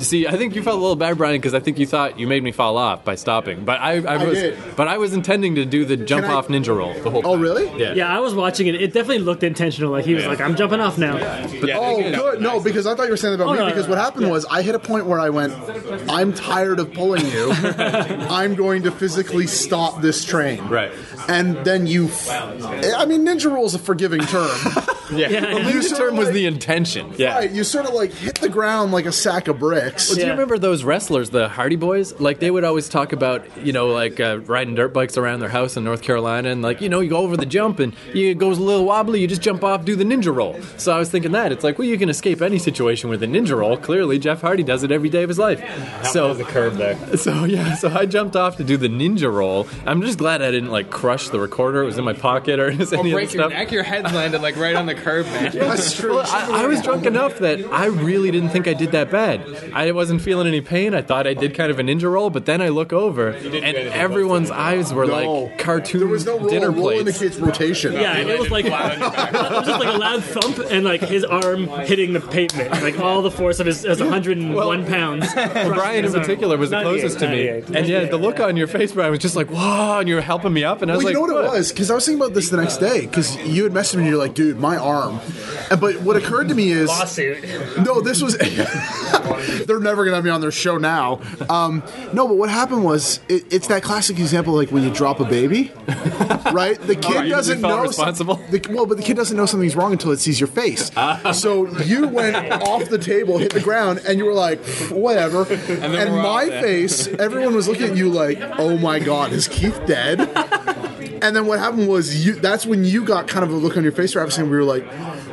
See, I think you felt a little bad, Brian, because I think you thought you made me fall off by stopping. But I, I, I was, did. but I was intending to do the jump Can I- off ninja roll the whole time. Oh, really? Yeah. Yeah, I was watching it. It definitely looked intentional. Like he was like, "I'm jumping off now." Yeah, Oh, thank you. good. No, because I thought you were saying that about Oh, me. no, no, because no. what happened was I hit a point where I went, I'm tired of pulling you. I'm going to physically stop this train. Right. And then you. F- I mean, ninja roll is a forgiving term. Yeah. Yeah, the yeah. You ninja sort term of was like- the intention. Yeah. Right. You sort of like hit the ground like a sack of bricks. Do you Yeah. remember those wrestlers, the Hardy Boys? Like they would always talk about, you know, like uh, riding dirt bikes around their house in North Carolina, and like you know, you go over the jump and you, it goes a little wobbly. You just jump off, do the ninja roll. So I was thinking that it's like, well, you can escape any situation with a ninja roll. Clearly, Jeff Hardy does it every day of his life. So the curve there. So yeah, so I jumped off to do the ninja roll. I'm just glad I didn't like crush the recorder. It was in my pocket or just Or any Oh, break other your stuff. neck. Your head landed like right on the curb, man. That's true. Well, I, I was drunk enough that I really didn't think I did that bad. I wasn't feeling any pain. I thought I did kind of a ninja roll, but then I look over and everyone's eyes were like cartoon There was no roll. dinner roll plates. indicates rotation. Yeah, and it was like it was just like a loud thump and like his arm hitting the pavement, like all the force of his, his 101 pounds. Brian in particular was the 98, closest to me, 98. and yeah, the look on your face, Brian, was just like, "Wow!" and you were helping me up, and I was Well, you like, know what, it was? Because I was thinking about this the next day. Because you had messaged me, and you're like, "Dude, my arm." And, but what occurred to me is, lawsuit. no, this was. they're never gonna have me on their show now. Um, no, but what happened was, it, it's that classic example, like when you drop a baby, right? The kid you doesn't felt know. responsible? the, well, but the kid doesn't know something's wrong until it sees your face. so you went off the table, hit the ground, and you were like, whatever. And, then we're all my dead. face, everyone was looking at you like, oh my god, is Keith dead? And then what happened was you that's when you got kind of a look on your face where I was saying we were like,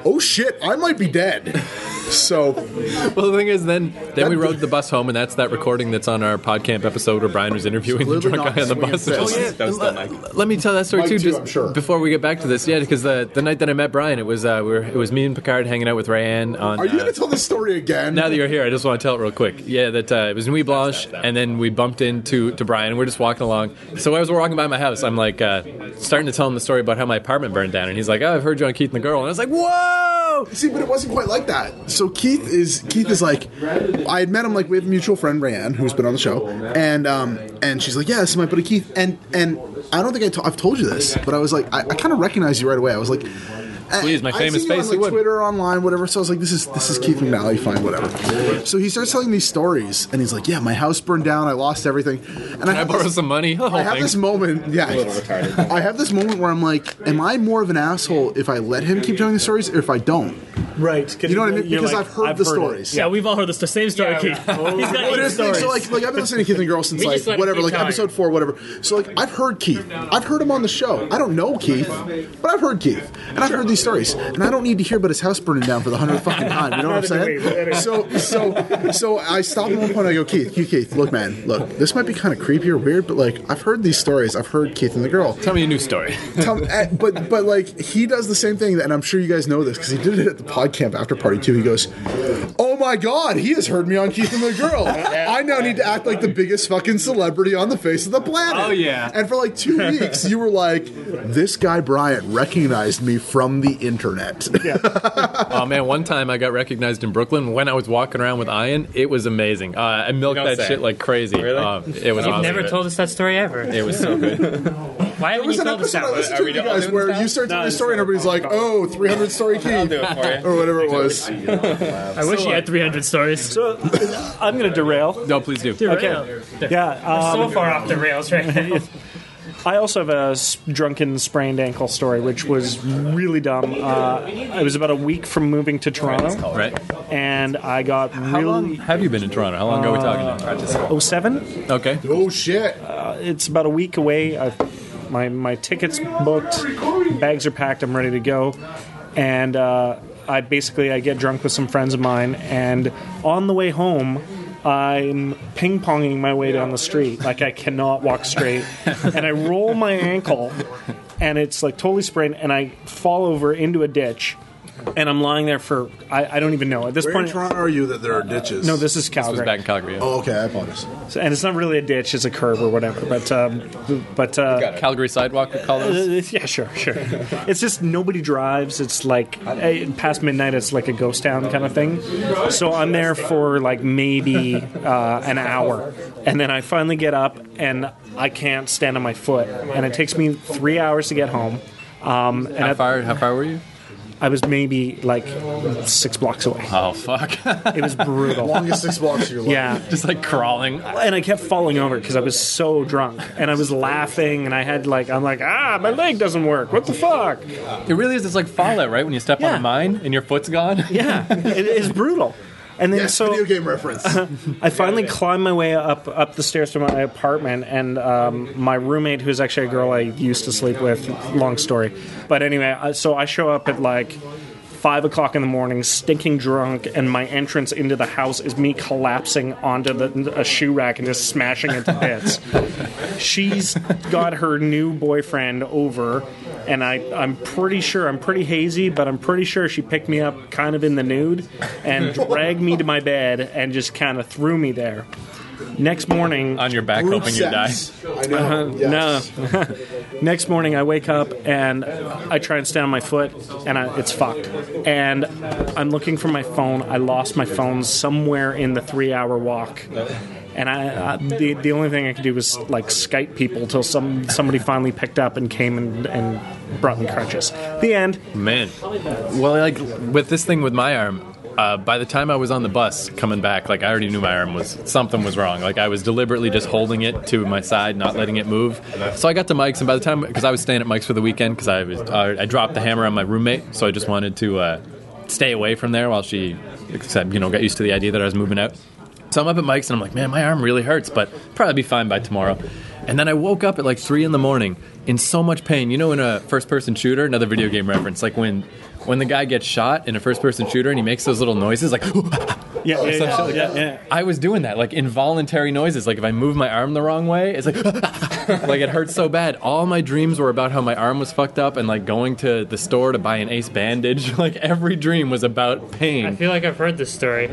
oh shit, I might be dead. So Well, the thing is, then then we rode the bus home, and that's that recording that's on our PodCamp episode where Brian was interviewing the Clearly drunk not guy on the swinging bus. fist. Oh, yeah. That was still Mike. Let me tell that story Mike too, too, just I'm sure. before we get back to this. Yeah, because the, the night that I met Brian, it was uh, we were, it was me and Picard hanging out with Rayanne on. are you uh, gonna tell this story again? now that you're here, I just want to tell it real quick. Yeah, that uh, it was Nuit Blanche, and then we bumped into to Brian. and We're just walking along. So as we're walking by my house, I'm like uh, starting to tell him the story about how my apartment burned down, and he's like, "Oh, I've heard you on Keith and the Girl," and I was like, "Whoa!" See, but it wasn't quite like that. So Keith is Keith is like, I had met him like we have a mutual friend Rayanne who's been on the show, and um and she's like, yeah, this is my buddy Keith, and and I don't think I t- I've told you this, but I was like, I, I kind of recognized you right away. I was like. I- Please, I my famous seen you face, on, he like, would. Twitter, online, whatever. So I was like, "This is this is Keith McNally, fine, whatever." So he starts telling these stories, and he's like, "Yeah, my house burned down, I lost everything." And I, I have borrow this- some money. Oh, The whole I have thing. this moment. Yeah, I have this moment where I'm like, am I more of an asshole if I let him keep telling the stories, or if I don't? Right. 'cause You know what I mean? you're Because like, I've heard the it." stories. Yeah, we've all heard the st- same story, Keith. He's got But eight it's like, stories. so like, like I've been listening to Keith and Girl since We like just let whatever, Keith like tell you. episode four, whatever. So like I've heard Keith, I've heard him on the show. I don't know Keith, but I've heard Keith, and I've heard these stories, and I don't need to hear about his house burning down for the hundredth fucking time. You know what I'm Neither do we, but saying? So anyway. so so I stop at one point. I go, Keith, Keith, Keith, look, man, look, this might be kind of creepy or weird, but like I've heard these stories. I've heard Keith and the girl. Tell me a new story. Tell, uh, but but like he does the same thing, and I'm sure you guys know this because he did it at the PodCamp after party too. He goes, "Oh my god, he has heard me on Keith and the Girl. I now need to act like the biggest fucking celebrity on the face of the planet." Oh, yeah. And for like two weeks, you were like, "This guy Bryant recognized me from the internet." Oh man, one time I got recognized in Brooklyn when I was walking around with Ian. It was amazing. Uh, I milked Don't that say. shit like crazy. Really? Um, it was. You've awesome. never told us that story ever. It was so good. Why haven't There's you an told episode us that I one? listened Are to with we you doing guys this where now? you start telling a story and everybody's like, "Oh, 300 story Keith," do it for you. or whatever it was. I wish you had 300 stories. So I'm going to derail. No, please do. okay. Yeah. Um, So far off the rails right now. I also have a s- drunken sprained ankle story, which was really dumb. Uh, I was about a week from moving to Toronto, Right. and I got How long really. have you been in Toronto? How long ago are we talking? 07? Now? Okay. Oh shit! It's about a week away. I've, my, my ticket's booked, bags are packed, I'm ready to go. And uh, I basically I get drunk with some friends of mine, and on the way home, I'm ping ponging my way down the street. Like I cannot walk straight, and I roll my ankle, and it's like totally sprained, and I fall over into a ditch, and I'm lying there for I, I don't even know at this Where in point. Toronto are you that there are ditches? no, this is Calgary It was back in Calgary. yeah. Oh, okay, I apologize. and it's not really a ditch; it's a curb or whatever. But um, but uh, Calgary sidewalk, we call this. uh, yeah, sure, sure. it's just nobody drives. It's like eh, past midnight. It's like a ghost town kind of thing. So I'm there for like maybe uh, an hour, and then I finally get up and I can't stand on my foot, and it takes me three hours to get home. Um, and How I, far? How far were you? I was maybe like six blocks away. Oh fuck! It was brutal. Longest six blocks of your life. Yeah, Just like crawling. and I kept falling over because I was so drunk, and I was laughing, and I had like I'm like ah my leg doesn't work. What the fuck? It really is. It's like Fallout, right? When you step on Yeah. a mine and your foot's gone. Yeah, it is brutal. And then Yes, so video game reference. I finally climbed my way up up the stairs to my apartment, and um, my roommate, who's actually a girl I used to sleep with, long story. But anyway, I- so I show up at like five o'clock in the morning, stinking drunk, and my entrance into the house is me collapsing onto the, a shoe rack and just smashing it to bits. She's got her new boyfriend over, and I, I'm pretty sure, I'm pretty hazy, but I'm pretty sure she picked me up kind of in the nude and dragged me to my bed and just kind of threw me there. Next morning, On your back, Group hoping you die. sex. I know. yes. no. Next morning, I wake up and I try and stand on my foot, and I, it's fucked. And I'm looking for my phone. I lost my phone somewhere in the three-hour walk. And I, I the, the only thing I could do was like Skype people till some somebody finally picked up and came and, and brought me crutches. The end. Man. Well, like with this thing with my arm, uh, by the time I was on the bus coming back, like I already knew my arm was something was wrong. Like I was deliberately just holding it to my side, not letting it move. So I got to Mike's, and by the time because I was staying at Mike's for the weekend because I was uh, I dropped the hammer on my roommate, so I just wanted to uh, stay away from there while she, except you know, got used to the idea that I was moving out. So I'm up at Mike's and I'm like, man, my arm really hurts, but probably be fine by tomorrow. And then I woke up at like three in the morning in so much pain. You know, in a first-person shooter, another video game reference, like when when the guy gets shot in a first-person shooter and he makes those little noises, like. Yeah, yeah, some shit yeah, like yeah, yeah. that. I was doing that, like involuntary noises. Like if I move my arm the wrong way, it's like, like it hurts so bad. All my dreams were about how my arm was fucked up and like going to the store to buy an ace bandage. Like every dream was about I pain. feel like I've heard this story.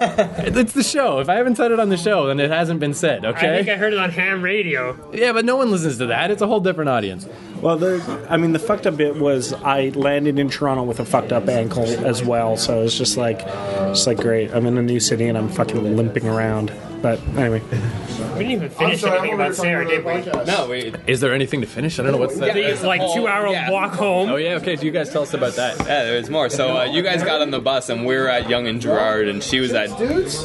It's the show. If I haven't said it on the show, then it hasn't been said. I Okay. think I heard it on ham radio. yeah, but no one listens to that. It's a whole different audience. Well, the, I mean, the fucked up bit was I landed in Toronto with a fucked up ankle as well, so it was just like, just like great. I'm in a new city and I'm fucking limping around. But anyway, We didn't even finish anything about Sarah, did we? No, we. Is there anything to finish? I don't know what's that. It's like two hour Yeah. walk home. Oh yeah, okay. Do you guys tell us about that? Yeah, there was more. So uh, you guys got on the bus, and we were at Young and Gerard, and she was at.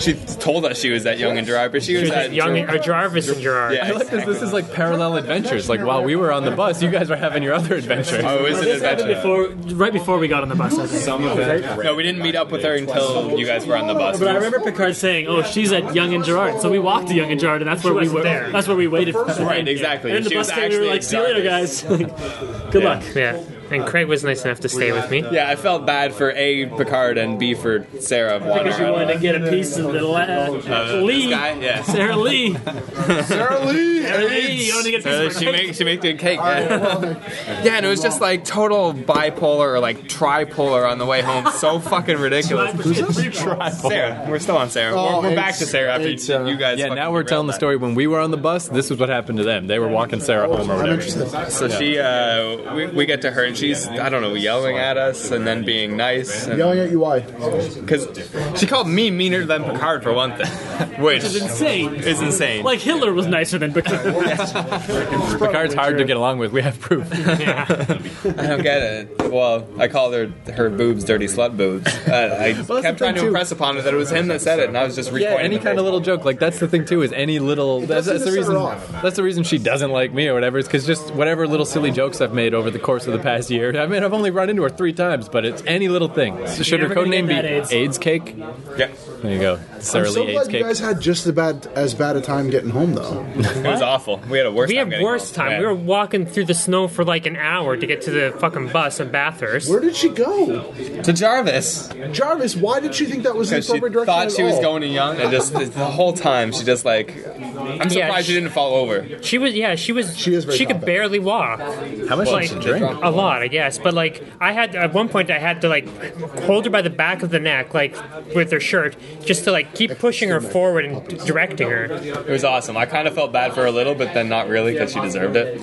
She told us she was at Young and Gerard, but she was There's at this Young or Jarvis and Gerard. Yeah. I like this. This is like parallel adventures. Like while we were on the bus, you guys were having your other adventure. Oh, it was an adventure. Before, right before we got on the bus, I think. No, we didn't meet up with her until you guys were on the bus. But I remember Picard saying, "Oh, she's at Young and Gerard," so we walked to Young and Gerard, and that's where we wasn't were. there. That's where we waited. for Right, exactly. And then the She bus was came, we were actually like, "See you later, guys. Good luck." Yeah. And Craig was nice enough to stay with me. Yeah, I felt bad for A, Picard, and B, for Sarah of Water. Because you wanted to get a E. piece of the la- uh, Lee, Guy? Yeah. Sarah Lee, Sarah Lee. Sarah Lee. You wanted to get a Uh, piece of she her make she make good cake. Yeah. yeah, and it was just like total bipolar or like tripolar on the way home. So fucking ridiculous. Sarah, we're still on Sarah. Oh, we're we're back it's- to Sarah after it's, uh, you guys. Yeah, fucking now we're telling the derailed story. When we were on the bus, this was what happened to them. They were walking Sarah home or I'm whatever. interested. that. So she, uh, we, we get to her and she's I don't know yelling at us and then being nice Yelling at you, why? because she called me meaner than Picard for one thing, which It's insane. is insane. Like Hitler was nicer than Picard. Picard's hard to get along with. We have proof. I don't get it. Well, I called her her boobs dirty slut boobs. Uh, I the kept trying thing, to too. impress upon her that it was him that said it, and I was just Yeah, recoiling any the kind of little whole joke. Like that's the thing too. Is any little that's, doesn't that's the set her reason. off. That's the reason she doesn't like me or whatever. Is because just whatever little silly jokes I've made over the course of the past year. I mean, I've only run into her three times, but it's any little thing. So should her You're never code gonna name be get that AIDS. AIDS. Cake? Yeah, There you go, Sarah I'm so Lee AIDS glad you Cake. guys had just the bad as bad a time getting home though. it was awful. We had a worse. We time had getting worse home. time. Yeah. We were walking through the snow for like an hour to get to the fucking bus in Bathurst. Where did she go? to Jarvis Jarvis, why did she think that was the because she appropriate direction? thought at she was all? going to Young, and just the whole time she just like. I'm surprised Yeah, she, didn't fall over. She was, yeah, she was. She is very She could confident. barely walk. How much Like did she drink? a lot, I guess. But like, I had at one point, I had to like hold her by the back of the neck, like with her shirt, just to like keep pushing her forward and directing her. It was awesome. I kind of felt bad for her a little, but then not really because she deserved it.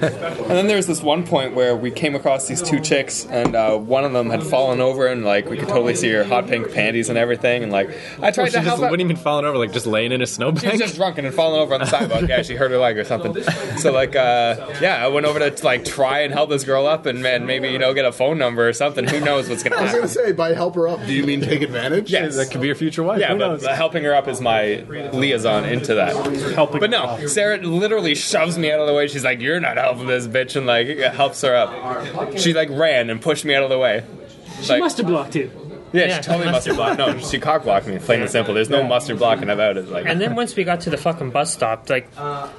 and then there was this one point where we came across these two chicks, and uh, one of them had fallen over, and like we could totally see her hot pink panties and everything. And like I tried She to just help out. wouldn't even fallen over, like just laying in a She was snowbank. just drunken and falling over on the sidewalk. Yeah, she hurt her leg or something. So like, uh, yeah, I went over to like try and help this girl up and man, maybe you know get a phone number or something. Who knows what's gonna I was happen? gonna say by help her up. Do you mean take advantage? Yes. That could be your future wife. Yeah, Who but knows? helping her up is my liaison into that. Helping, but no, Sarah literally shoves me out of the way. She's like, "You're not helping this bitch," and like helps her up. She like ran and pushed me out of the way. She must have blocked you. Yeah, Yeah, she totally mustard mustard blocked. No, she cock blocked me. Plain and simple. There's no mustard blocking about it. Like, And then once we got to the fucking bus stop, like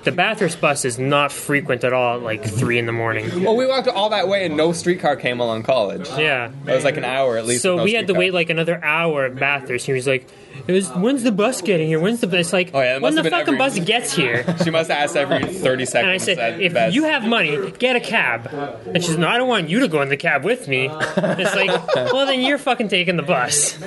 the Bathurst bus is not frequent at all. At, like three in the morning. well, we walked all that way and no streetcar came along college. Yeah. It was like an hour at least. with So no we had to streetcar. wait like another hour at Bathurst. He was like, it was, "When's the bus getting here? When's the bus?" It's like, Oh, yeah, that when must the have been fucking every- bus gets here? She must have asked every 30 seconds. And I said, at if best. you have money, get a cab. And she's, no, I don't want you to go in the cab with me. It's like, well, then you're fucking taking the bus.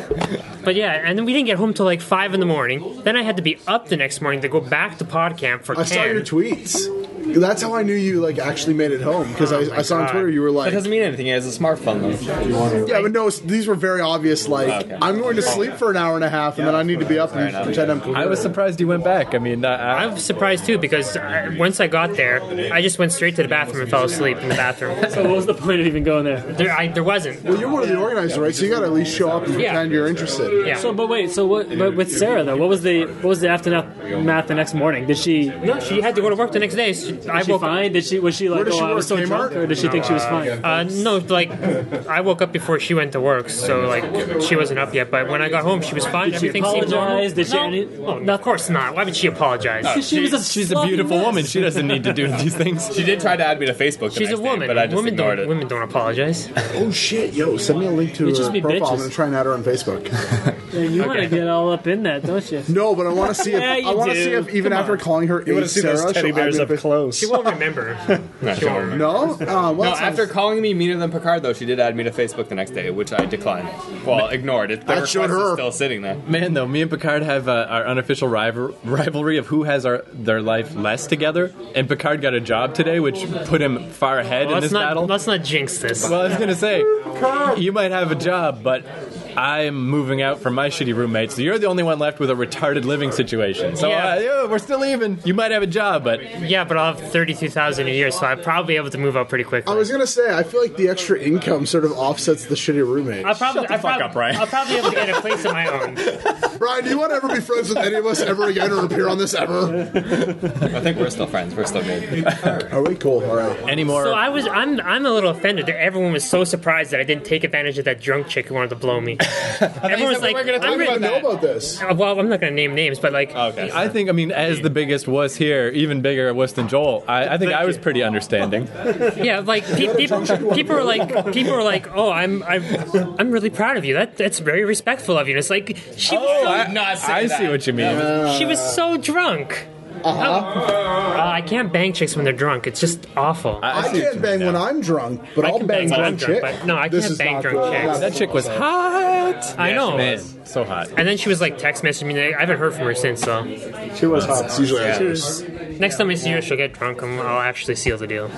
But yeah, and then we didn't get home till like five in the morning. Then I had to be up the next morning to go back to pod camp for I saw your ten. tweets. That's how I knew you like actually made it home because I, I saw on God. Twitter you were that like, doesn't mean anything. He has a smartphone. Though. yeah, but no, these were very obvious. Like, I'm going to sleep for an hour and a half, and then I need to be up and pretend I'm. cool. I was surprised you went back. I mean, uh, I, I, I'm surprised too because I, once I got there, I just went straight to the bathroom and fell asleep in the bathroom. So what was the point of even going there? There, I, there wasn't. Well, you're one of the organizers, right? So you got to at least show up and Yeah. pretend you're interested. Yeah. So, but wait, so what? But with Sarah though, what was the what was the aftermath the next morning? Did she? No, she had to go to work the next day. She, I Was she woke up. fine? Did she? Was she like? does Oh, she I work, was so Kmart? drunk, or did she think she was fine? Uh, no, like I woke up before she went to work, so like she wasn't up yet. But when I got home, she was fine. Did she Everything seemed normal. apologize? Did she? No. Any, oh, No, of course not. Why would she apologize? she was a she's a sloppy beautiful mess. woman. She doesn't need to do these things. She did try to add me to Facebook. the She's a next day, woman. but I just women ignored don't. it. Women don't apologize. Oh shit, yo, send me a link to Bitches her be profile. I'm bitches. gonna try and add her on Facebook. Man, you want to get all up in that, don't you? no, but I want to see. If, Yeah, you I want to do. see if even after calling her, you want to see Sarah, those teddy she'll add bears me up on Facebook. close. She won't remember. she won't remember. No, uh, well, No, that sounds- after calling me meaner than Picard, though, she did add me to Facebook the next day, which I declined. Well, ignored it. The That showed request is her. still sitting there. Man, though, me and Picard have uh, our unofficial rival- rivalry of who has our their life less together. And Picard got a job today, which put him far ahead in Let's this not. battle. Let's not jinx this. Well, I was gonna say, you might have a job, but I'm moving out from my shitty roommate, so you're the only one left with a retarded living situation. So Yeah. uh, yeah, we're still even. You might have a job, but Yeah, but I'll have thirty-two thousand a year, so I'll probably be able to move out pretty quickly. I was gonna say, I feel like the extra income sort of offsets the shitty roommate. I'll probably, Shut the I'll fuck probably, up, Brian. I'll probably be able to get a place of my own. Brian, do you want to ever be friends with any of us ever again or appear on this ever? I think we're still friends. We're still good. Are we cool? All right. any more. So I was, I'm, I'm a little offended that everyone was so surprised that I didn't take advantage of that drunk chick who wanted to blow me. Everyone's like, gonna talk I'm really- about Know about this? Uh, Well, I'm not going to name names, but like, Okay. I think, I mean, as the biggest was here, even bigger was than Joel. I, I think I was pretty understanding. yeah, like pe- people, people are like, people are like, oh, I'm, I'm, I'm really proud of you. That that's very respectful of you. And it's like she, was so, I, not say I that. see what you mean. she was so drunk. Uh-huh. I can't bang chicks when they're drunk. It's just awful. I I see what can't you bang mean when now. I'm drunk, but I I'll can bang bang drunk drunk drunk, chick. but no, I This can't is bang not drunk cool. chicks. That chick was hot. I know. Man, so hot. And then she was like text messaging me. I haven't heard from her since. So She was hot. It's usually I do. next time I see her, she'll get drunk, and I'll actually seal the deal.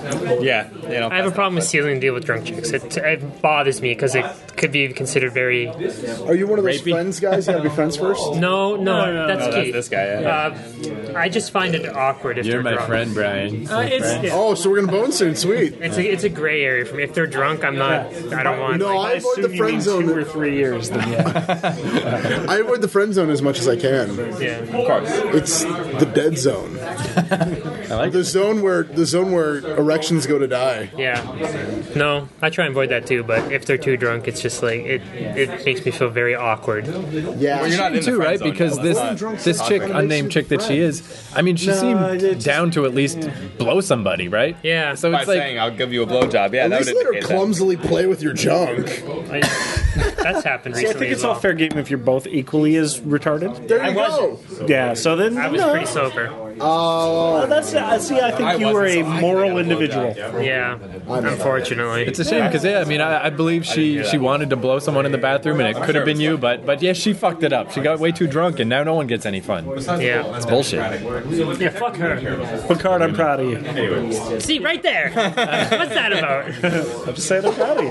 Yeah. You know, I have a problem with sealing the deal with drunk chicks. It, it bothers me because it could be considered very Are you one of those friends guys? You gotta be friends first. No, no, that's no, key. that's this guy. Yeah. Uh, I just find it awkward if You're they're my drunk. friend, Brian. Uh, it's, yeah. Oh, so we're gonna bone soon. Sweet. It's a it's a gray area for me. If they're drunk, I'm not. I don't want. No, like, I avoid the friend two or zone. three years. Then yeah. I avoid the friend zone as much as I can. yeah. Of course. It's the dead zone. the zone where the zone where erections go to die. yeah. No, I try and avoid that too. But if they're too drunk, it's just like it. It makes me feel very awkward. Yeah. You're not in the too, friend right? zone, Because though. this That's not- this chick, toxic. unnamed chick that she is, I mean, she No, seemed it's- down to at least blow somebody, right? Yeah. So By it's like saying I'll give you a blowjob. Yeah. At that least would let her indicate that. clumsily play with your junk. I- that's happened recently. I think as it's well. all fair game if you're both equally as retarded. There I you go. wasn't. Yeah. So then I was no. pretty sober. Oh, Uh, that's uh, see. I think I you were a wasn't, so I didn't get a moral blowjob. individual. Yeah. Unfortunately. it's a shame because yeah, I mean, I, I believe she she wanted to blow someone in the bathroom, and it could have been you, but but yeah, she fucked it up. She got way too drunk, and now no one gets any fun. Yeah. It's bullshit. Yeah, fuck her. Picard, I'm proud of you. See right there. What's that about? I'm just saying I'm proud of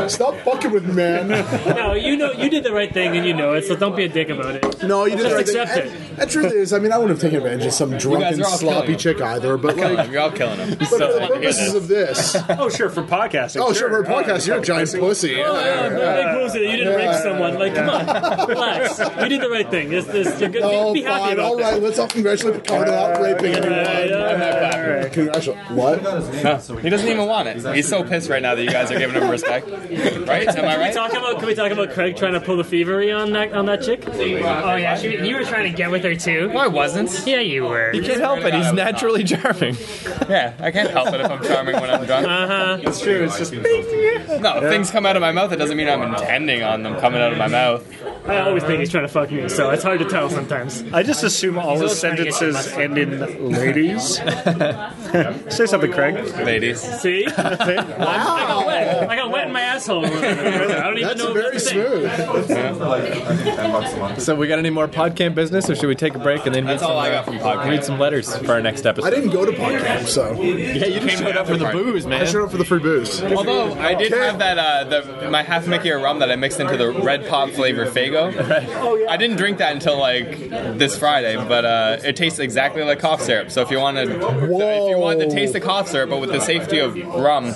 you. stop fucking with me, man. No, you know you did the right thing and you know it, so don't be a dick about it. No, you didn't. Just accept and, and truth is, I mean, I wouldn't have taken advantage of some drunken, are all sloppy killing chick either. But like, You're all killing him. but for the purposes of this, Oh, sure, for podcasting. oh sure, for a podcast, you're a giant pussy. Oh, no, big moves that you didn't rape someone. Like, come on, relax. You did the right thing. This, this, you're good. Oh, be happy fine. about All that. right, let's all congratulate Picard on out raping Alright, anyone. alright, alright. Congratulations. What? He doesn't even want it. He's so pissed right now that you guys are giving him respect. Right? Am I Can we right? talk about? Can we talk about Craig trying to pull the fevery on that on that chick? Oh yeah, she, you were trying to get with her too. I wasn't. Yeah, you were. You can't help it. He's naturally charming. Yeah, I can't help it if I'm charming when I'm drunk. It's true. It's just No, things come out of my mouth. It doesn't mean I'm intending on them coming out of my mouth. I always think he's trying to fuck me, so it's hard to tell sometimes. I just assume all his trying to get sentences end in ladies. Say something, Craig. Ladies. See, I got Wow. wet. I got wet in my asshole. I don't even That's know very that's a thing. smooth. So we got any more podcamp business, or should we take a break and then read That's all some, uh, I got from podcast. read some letters for our next I episode? didn't go to podcast, so Yeah, you just showed up for the booze, I man. showed up for the free booze. Although I did have that uh, the, my half Mickey or rum that I mixed into the red pop flavor Fago. I didn't drink that until like this Friday, but uh, it tastes exactly like cough syrup. So if you want to, if you want the taste of cough syrup, but with the safety of rum,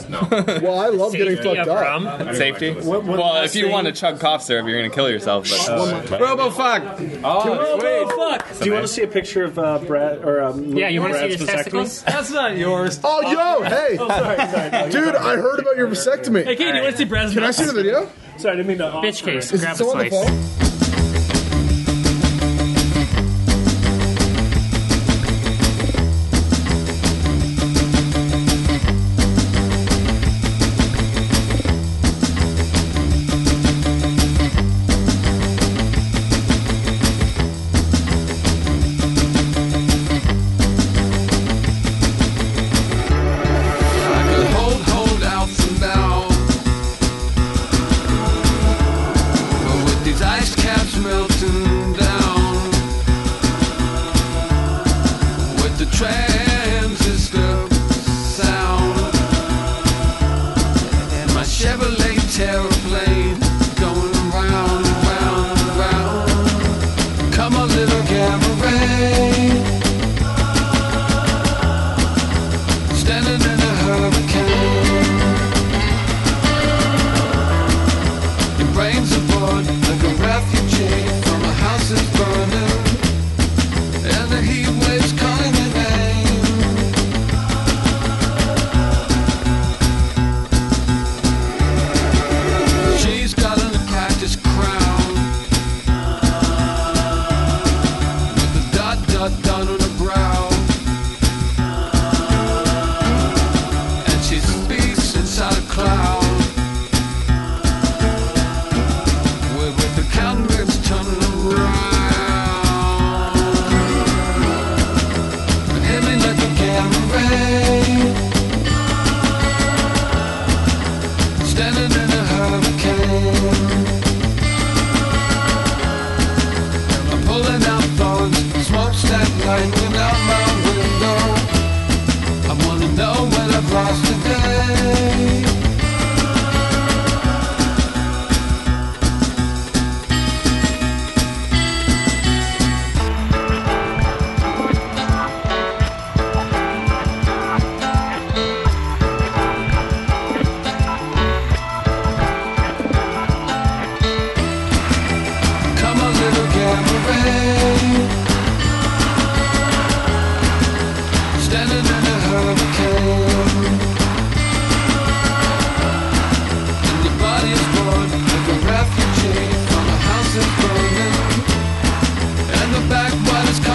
Well, I love getting Safety fucked of up. rum. safety. Well, if you want to chug cough syrup, you're gonna kill yourself. But, Robo fuck. Oh, Oh, sweet. fuck. Do you want to see a picture of uh, Brad or um, Yeah, you want to see Brad's his vasectomy? testicles? That's not yours. Oh, yo, hey, dude, I heard about your vasectomy. Hey, Kate, you want to see Brad's Can I see the video? Sorry, I didn't mean to. Bitch case. Is it grab a still on the slice. phone? Hold, hold out for now. But with these ice caps. back what is coming.